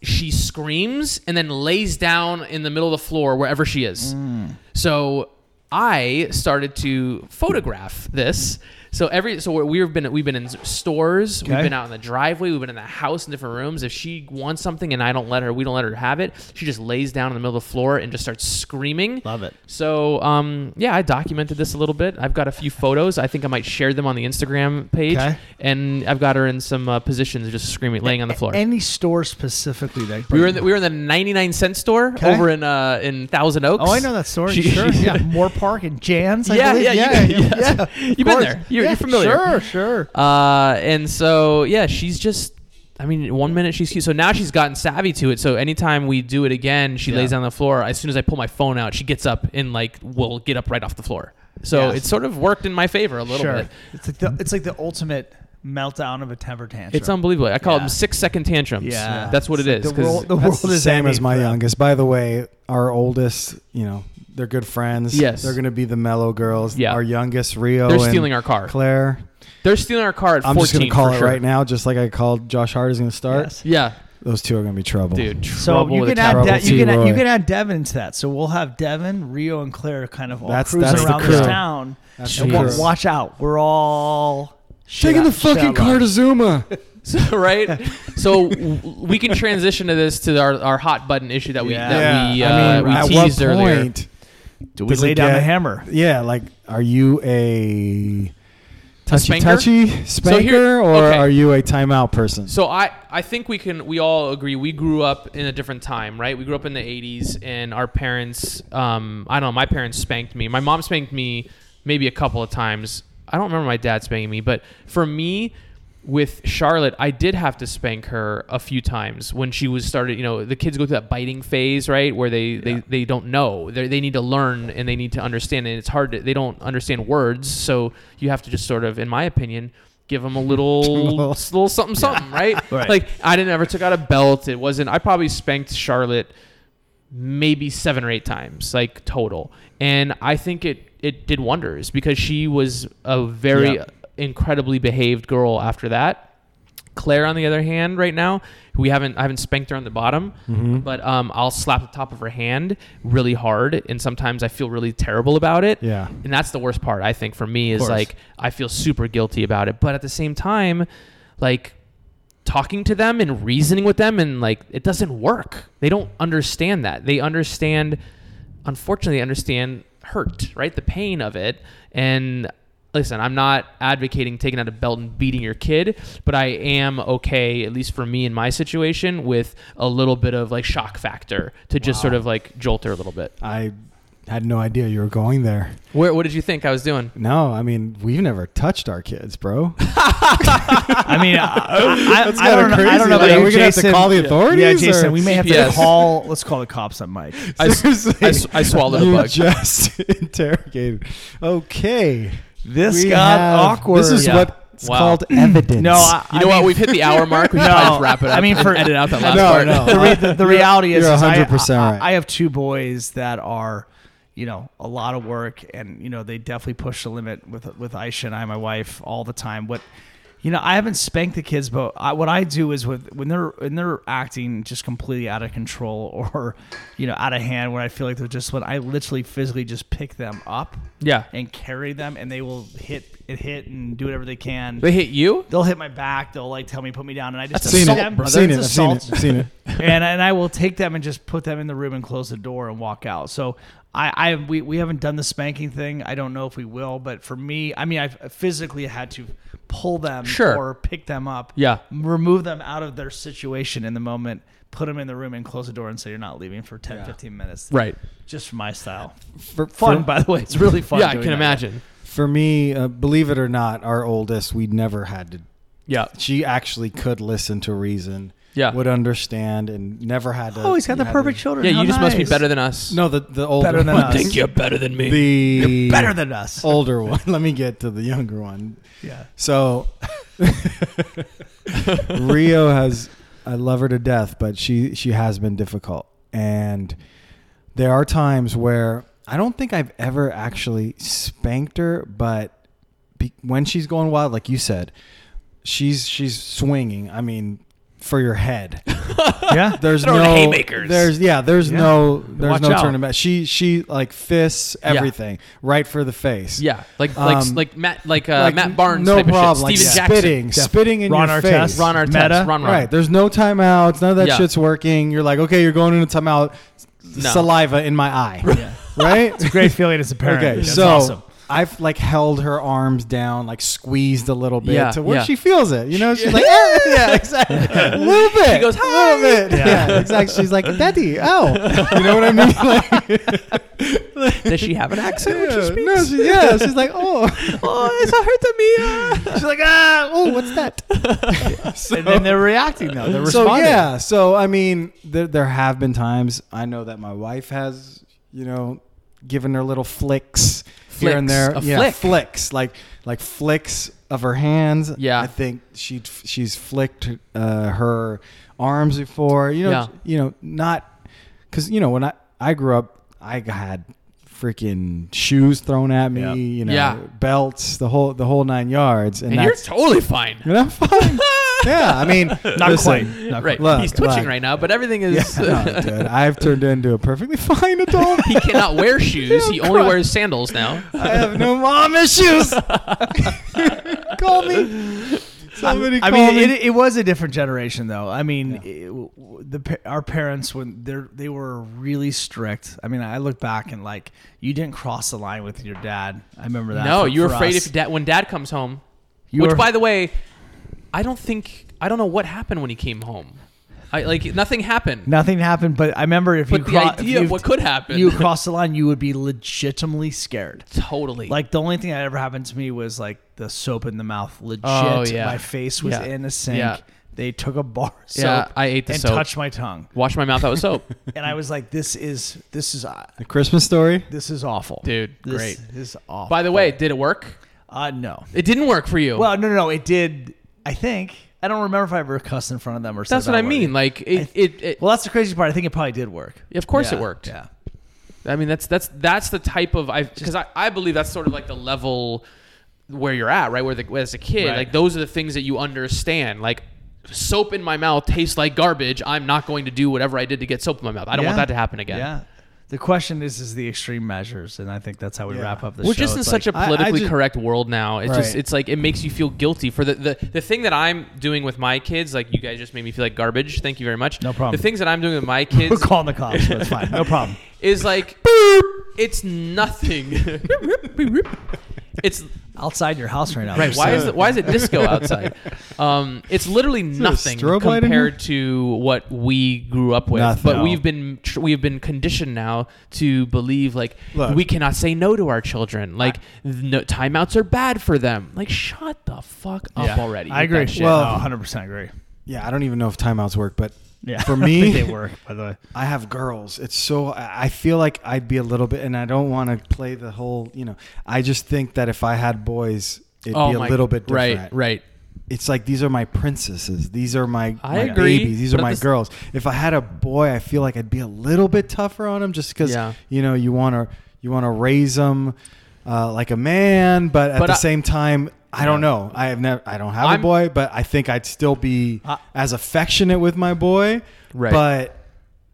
she screams and then lays down in the middle of the floor wherever she is. So I started to photograph this. So every so we've been we've been in stores, we've Okay. been out in the driveway, we've been in the house in different rooms. If she wants something and I don't let her, we don't let her have it. She just lays down in the middle of the floor and just starts screaming. Love it. So um, yeah, I documented this a little bit. I've got a few photos. I think I might share them on the Instagram page. Okay. And I've got her in some uh, positions, just screaming, laying on the floor. Any store specifically that we were in the, we were in the 99 cent store Okay. over in uh, in Thousand Oaks. Oh, I know <laughs> that store. She- sure. yeah. Moore Park and Jan's. I Yeah, believe. yeah, you- yes. <laughs> You've been course. there. You're- Yeah, you're familiar. Sure, sure. Uh, and so yeah, she's just. I mean, one minute she's cute. So now she's gotten savvy to it. So anytime we do it again, she Yeah. lays down on the floor. As soon as I pull my phone out, she gets up and like will get up right off the floor. So Yeah. it sort of worked in my favor a little sure. bit. It's like the it's like the ultimate meltdown of a temper tantrum. It's unbelievable. I call Yeah. them six second tantrums. Yeah. That's what It's it like is. the 'cause- world- the That's world the is same as ending my for them. youngest. By the way, our oldest, you know, they're good friends. Yes. They're going to be the mellow girls. Yeah. Our youngest, Rio. They're and stealing our car. Claire. They're stealing our car at I'm 14. just going to call for it sure. right now, just like I called Josh Hart is going to start. Yes. Yeah, Those two are going to be trouble. dude. So trouble you with a can, add temper. terrible De- you, can add, you T-Roy. can add Devin to that. So we'll have Devin, Rio, and Claire kind of all That's- cruising that's the around this crew. town. That's and the wa- crew. watch out, we're all Taking the fucking car to Zuma. So, <laughs> right? so w- we can transition to this to our, our hot button issue that we Yeah. that we, uh, at we what teased earlier. point- Do we Does it lay down the get- hammer? Yeah, like, are you a touchy spanker? touchy spanker, or okay. are you a timeout person? So I I think we can we all agree we grew up in a different time, right? We grew up in the 80s and our parents um I don't know, my parents spanked me. My mom spanked me maybe a couple of times. I don't remember my dad spanking me, but for me with Charlotte, I did have to spank her a few times when she was started. You know, the kids go through that biting phase, right, where they they, they don't know. They they need to learn and they need to understand, and it's hard. To, they don't understand words, so you have to just sort of, in my opinion, give them a little <laughs> Little- little something something, right? Right. Like I didn't ever took out a belt. It wasn't. I probably spanked Charlotte maybe seven or eight times, like total. And I think it it did wonders because she was a very Yeah. incredibly behaved girl after that. Claire, on the other hand, right now we haven't I haven't spanked her on the bottom, but um, I'll slap the top of her hand really hard, and sometimes I feel really terrible about it. Yeah. and that's the worst part I think for me is course. like I feel super guilty about it, but at the same time, like talking to them and reasoning with them and like it doesn't work. They don't understand that. They understand unfortunately they understand hurt, right? The pain of it. And listen, I'm not advocating taking out a belt and beating your kid, but I am okay, at least for me in my situation, with a little bit of like shock factor to just sort of like jolt her a little bit. I had no idea you were going there. Where, what did you think I was doing? No, I mean we've never touched our kids, bro. <laughs> I mean, I, I, <laughs> That's I, kinda don't, know- I crazy. don't know about Like, are you, we gonna have to Jason. call the Yeah, authorities, Jason, or- we may have to CPS. call. Let's call the cops on Mike. <laughs> I s- Seriously, I s- I <laughs> swallowed a you bug. Just <laughs> interrogated. Okay, This We got have- awkward. This is Yeah. what's Wow. <clears throat> called evidence. no, I, You know I what? mean- We've hit the hour mark. We should No. probably just wrap it up. I mean, for- and edit out that No, last no, part. <laughs> no. the, re- the, the You're- reality is, you're is I- 100% I, right. I have two boys that are, you know, a lot of work, and you know, they definitely push the limit with with Aisha and I, my wife, all the time. What, you know, I haven't spanked the kids, but I, what I do is with when they're when they're acting just completely out of control <laughs> or, you know, out of hand, when I feel like they're just when I literally physically just pick them up <laughs> Yeah. and carry them, and they will hit and hit and do whatever they can. They hit you? They'll hit my back. They'll like tell me, put me down, and I just That's seen assault, assault it. them. brother. Seen it. It's I've seen assault it. I've seen it. and and I will take them and just put them in the room and close the door and walk out. So I I we, we haven't done the spanking thing. I don't know if we will, but for me, I mean, I've physically had to pull them Sure. or pick them up, Yeah. remove them out of their situation in the moment, put them in the room and close the door and say you're not leaving for 10, 15 minutes. <laughs> Right. Just for my style. For Fun, for- by the way. It's really fun. yeah, I doing can that. imagine. For me, uh, believe it or not, our oldest, we never had to. Yeah. She actually could listen to reason. Yeah. Would understand and never had to. Oh, he's got the had perfect to- children. <laughs> Yeah, How you just must be nice. better than us. No, the the older Better than one. us. Think you're better than me. The better than us. older one. <laughs> Let me get to the younger one. Yeah. <laughs> So Rio has I love her to death, but she she has been difficult. And there are times where I don't think I've ever actually spanked her, but be, when she's going wild like you said, she's she's swinging. I mean, for your <laughs> head. Yeah. There's Throwing no haymakers. There's yeah. There's Yeah. no there's Watch no out. tournament. She she like fists Yeah. everything right for the face. Yeah, like like Um, like Matt like uh, like, Matt Barnes no type problem. of Like shit. Steven Jackson. spitting, spitting in Ron your Artest. face. Ron Artest, Meta? Ron Ron. Right. There's no timeouts. None of that Yeah. shit's working. You're like, okay, you're going into timeout. No. Saliva in <laughs> my eye. Yeah. Right. Great feeling as a parent. okay. That's So awesome. I've like held her arms down, like squeezed a little bit Yeah, to where yeah. she feels it. You <laughs> know, she's like, eh, yeah, exactly. <laughs> A little bit. She goes, a little bit. Yeah. Yeah. exactly. She's like, daddy, <laughs> oh, you know what I mean? <laughs> <laughs> Like, Does she have an <laughs> accent? when she yeah, speaks? no, she, yeah. <laughs> She's like, oh, oh, it's a hurt to me. <laughs> She's like, ah, oh, what's that? <laughs> and then they're reacting though. They're so responding. yeah so i mean there, there have been times i know that my wife has you know given her little flicks, here and Flicks, there a yeah flick. flicks like like flicks of her hands Yeah. i think she she's flicked uh, her arms before you know Yeah. you know not because you know when i i grew up i had freaking shoes thrown at me Yeah. you know Yeah. belts the whole the whole nine yards and, And you're that's totally fine. and i'm <laughs> <laughs> fine yeah i mean Not listen, quite. Not Right. quite. Look, He's twitching look. right now, but everything is. Yeah, <laughs> no, dude, I've turned into a perfectly <laughs> fine adult. <laughs> he cannot wear shoes. he Yeah, only Christ. wears sandals now. I have no mom <laughs> issues. call me. Somebody I call mean, me. it, it was a different generation, though. I mean, it- w- w- the pa- our parents when they they were really strict. I mean, I look back and like you didn't cross the line with your dad. I remember that. No, for- you're for afraid us. if dad when dad comes home. You which, were- by the way, I don't think I don't know what happened when he came home. I like nothing happened. nothing happened. But I remember if you but the cro- if idea you- of what could happen. you crossed the line, you would be legitimately scared. totally Like the only thing that ever happened to me was like the soap in the mouth. Legit, Oh, yeah. my face was Yeah. in a sink. Yeah. They took a bar of soap Yeah, I ate the and soap. touched my tongue, wash my mouth out with <laughs> soap, and I was like, "This is this is uh, the Christmas story. this is awful, dude. This great. is awful." By the way, did it work? uh, no. It didn't work for you. Well, no, no, no. It did. I think I don't remember if I ever cussed in front of them or. said that's that what I word. mean. Like it, it, it Well, that's the crazy part. I think it probably did work. Of course Yeah, it worked. Yeah. I mean, that's that's that's the type of I because I, I believe that's sort of like the level where you're at, right? Where the as a kid, Right. like those are the things that you understand. Like soap in my mouth tastes like garbage. I'm not going to do whatever I did to get soap in my mouth. I don't want Yeah. that to happen again. Yeah. The question is, is the extreme measures, and I think that's how we Yeah. wrap up the We're show. just in It's such like- a I- I politically ju- correct world now. It's just Right. it's like it makes you feel guilty for the, the the thing that I'm doing with my kids. Like you guys just made me feel like garbage. Thank you very much. No problem. The things that I'm doing with my <laughs> We're kids calling the cops, but <laughs> it's fine. No problem. <laughs> is like it's nothing. it's outside your house right now. Right. Why is So- it, why is it <laughs> disco outside? Um, it's literally nothing strobe light in compared to what we grew up with. Nothing. But No. we've been tr- we've been conditioned now to believe like Look. we cannot say no to our children. Like no, timeouts are bad for them. Like shut the fuck up Yeah. already. I with agree. that shit. Well- Well, 100 percent agree. Yeah, I don't even know if timeouts work, but Yeah. for <laughs> I think me, they work. By the way, I have girls. It's so I I feel like I'd be a little bit, and I don't want to play the whole. You know, I just think that if I had boys, it'd Oh be a my- little bit different. Right. Right. It's like these are my princesses. These are my, I my agree, babies. These but at are my this- girls. If I had a boy, I feel like I'd be a little bit tougher on them, just because Yeah. you know you want to you want to raise them uh, like a man, but at But the I- same time. I don't know. I have never. I don't have I'm- a boy, but I think I'd still be I- as affectionate with my boy. Right. But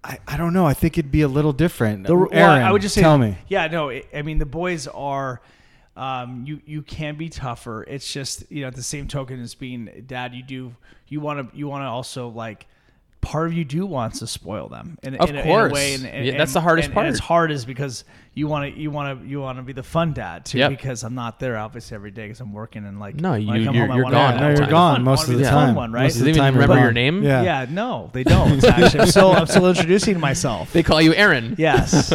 I, I don't know. I think it'd be a little different. The- well, Aaron, I would just say, tell me. Yeah, no, it, I mean the boys are. Um, you you can be tougher. It's just you know at the same token as being a dad, you do you want to you want to also like part of you do wants to spoil them. In, Of in, course. a, in a way, and, and- Yeah, that's and- the hardest and- part. And it's hard is because you want to you want to you want to be the fun dad too. Yep. because I'm not there obviously every day because I'm working and like No, when I you- come you're- home, I you're wanna- gone I all No, the wanna time. you're be the fun- gone I wanna most be of the the fun time. one, Most right? of the They didn't even time you're remember gone. your name? Yeah. Yeah, no, <laughs> they don't. Actually, I'm still I'm still introducing myself. They call you Aaron. <laughs> Yes,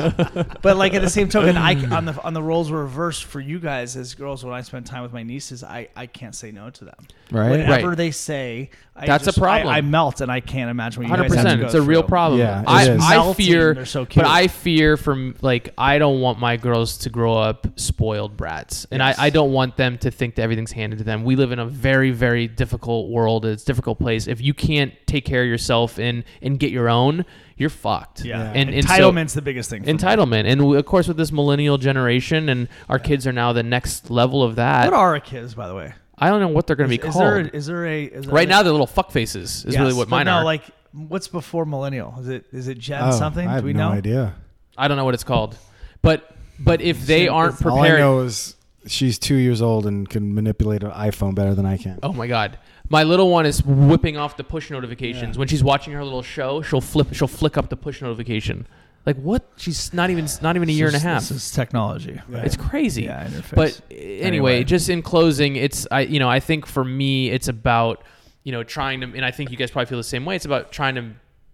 but like at the same token, I on the on the roles were reversed for you guys as girls. When I spend time with my nieces, I I can't say no to them. Right. Whatever Right. they say, I That's a just- I- problem. I, melt, and I can't imagine what you Hundred guys have to percent. go It's a real through. problem. Yeah, it I, is. I Melting, fear, they're so cute. but I fear from like I don't want my girls to grow up spoiled brats, and I, I don't want them to think that everything's handed to them. We live in a very very difficult world. It's a difficult place. If you can't take care of yourself and and get your own, you're fucked. Yeah, and, and so- entitlement's the biggest thing. For me. entitlement, and we- of course with this millennial generation, and our kids are now the next level of that. What are our kids, by the way? I don't know what they're going to be Is called. there is there a is there right a- now, they're little fuck faces. Is Yes, really what but mine no, are. Like what's before millennial? Is it is it Gen Oh, something? I have Do we no know? idea. I don't know what it's called, but but if they aren't All I prepared, know is she's two years old and can manipulate an iPhone better than I can. oh my god, my little one is whipping off the push notifications when she's watching her little show. She'll flip, she'll flick up the push notification. Like what? She's not even not even a year and a This is- half. This is technology. right? It's crazy. Yeah, interface. But uh, anyway, Anyway. just in closing, it's I you know I think for me it's about you know trying to and I think you guys probably feel the same way. It's about trying to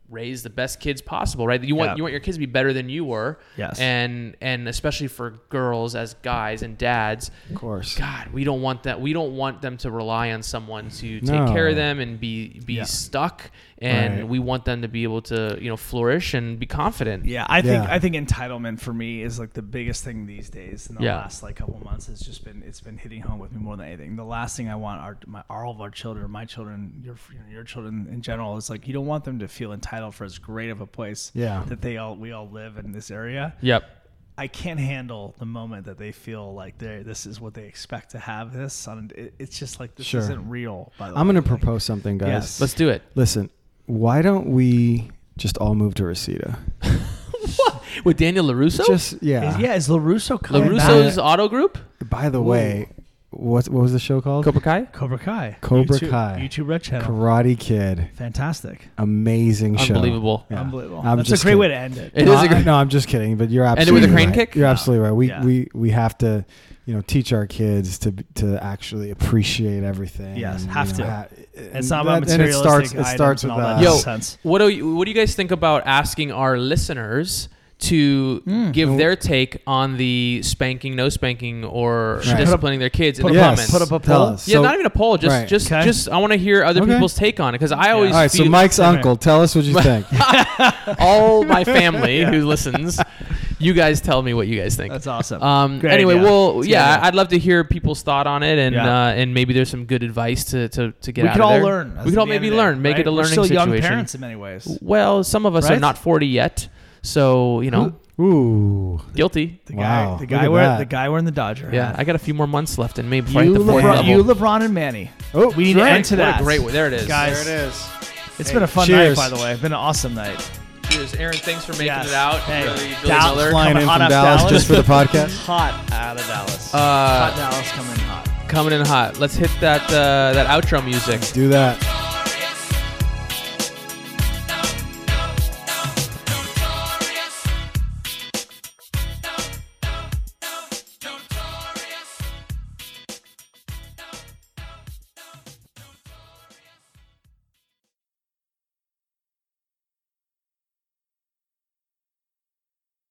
raise the best kids possible, right? You want Yeah. you want your kids to be better than you were. Yes. And and especially for girls as guys and dads, Of course. God, we don't want that. We don't want them to rely on someone to take No. care of them and be be Yeah. stuck. And Right. we want them to be able to you know flourish and be confident. Yeah, I think Yeah. I think entitlement for me is like the biggest thing these days. In the Yeah. last like couple months, it's just been it's been hitting home with me more than anything. The last thing I want our my all of our children, my children, your your children in general, is like you don't want them to feel entitled for as great of a place Yeah. that they all we all live in this area. Yep. I can't handle the moment that they feel like they this is what they expect to have. This on it, it's just like this Sure. isn't real. By the I'm way. gonna Like, propose something, guys. Yes. Let's do it. Listen, why don't we just all move to Reseda? With Daniel Larusso. Just yeah. Is, yeah, is Larusso coming LaRusso's back? auto group? By the way, what what was the show called? Cobra Kai? Cobra Kai. Cobra YouTube- Kai. YouTube Red Channel. Karate Kid. Fantastic. Amazing show. Unbelievable. Yeah. Unbelievable. I'm That's a just great kidding. way to end it. It no, is a I- great- no, I'm just kidding, but you're it with absolutely a crane right. kick? You're No. absolutely right. We Yeah. we we have to, you know, teach our kids to to actually appreciate everything. Yes, and, have you to. ha- and It's not about that- and it materialistic starts it items starts and with all that us. Yo, sense. what do you, what do you guys think about asking our listeners to Hmm. give their take on the spanking, no spanking, or Right. disciplining their kids in the Put yes. comments? Put up a Tell poll? us. yeah, So- not even a poll. Just, Right. just, Okay. just. I want to hear other Okay. people's take on it because I always all right, so feel Mike's uncle, tell us what you think. <laughs> <laughs> all <laughs> my family who listens. You guys tell me what you guys think. <laughs> That's awesome. Um, Great anyway, idea. well, It's a yeah, good idea. I'd love to hear people's thought on it, and Yeah. uh, and maybe there's some good advice to to, to get we out could of all there. learn. That's We could the all end maybe of it, learn, make right? it a We're learning still situation. young parents in many ways. Well, some of us are Right? not 40 yet, so you know, Ooh, guilty. The Wow, guy, the look guy at wearing that. the guy wearing the Dodger. Yeah, hat. I got a few more months left, and maybe fight you, the fourth LeBron, level. you, LeBron, and Manny. oh, We need that's to right. end to What a that. great way- there it is. guys. There it is. It's been a fun cheers. night, by the way. It's been an awesome night. Cheers, Aaron. Thanks for making Yes. it out. Hey, Really, Billy Dallas Miller. Flying coming in hot from out of Dallas, Dallas. just for the podcast. <laughs> Hot out of Dallas. Uh, hot Dallas coming in hot. coming in hot. Let's hit that uh, that outro music. Do that.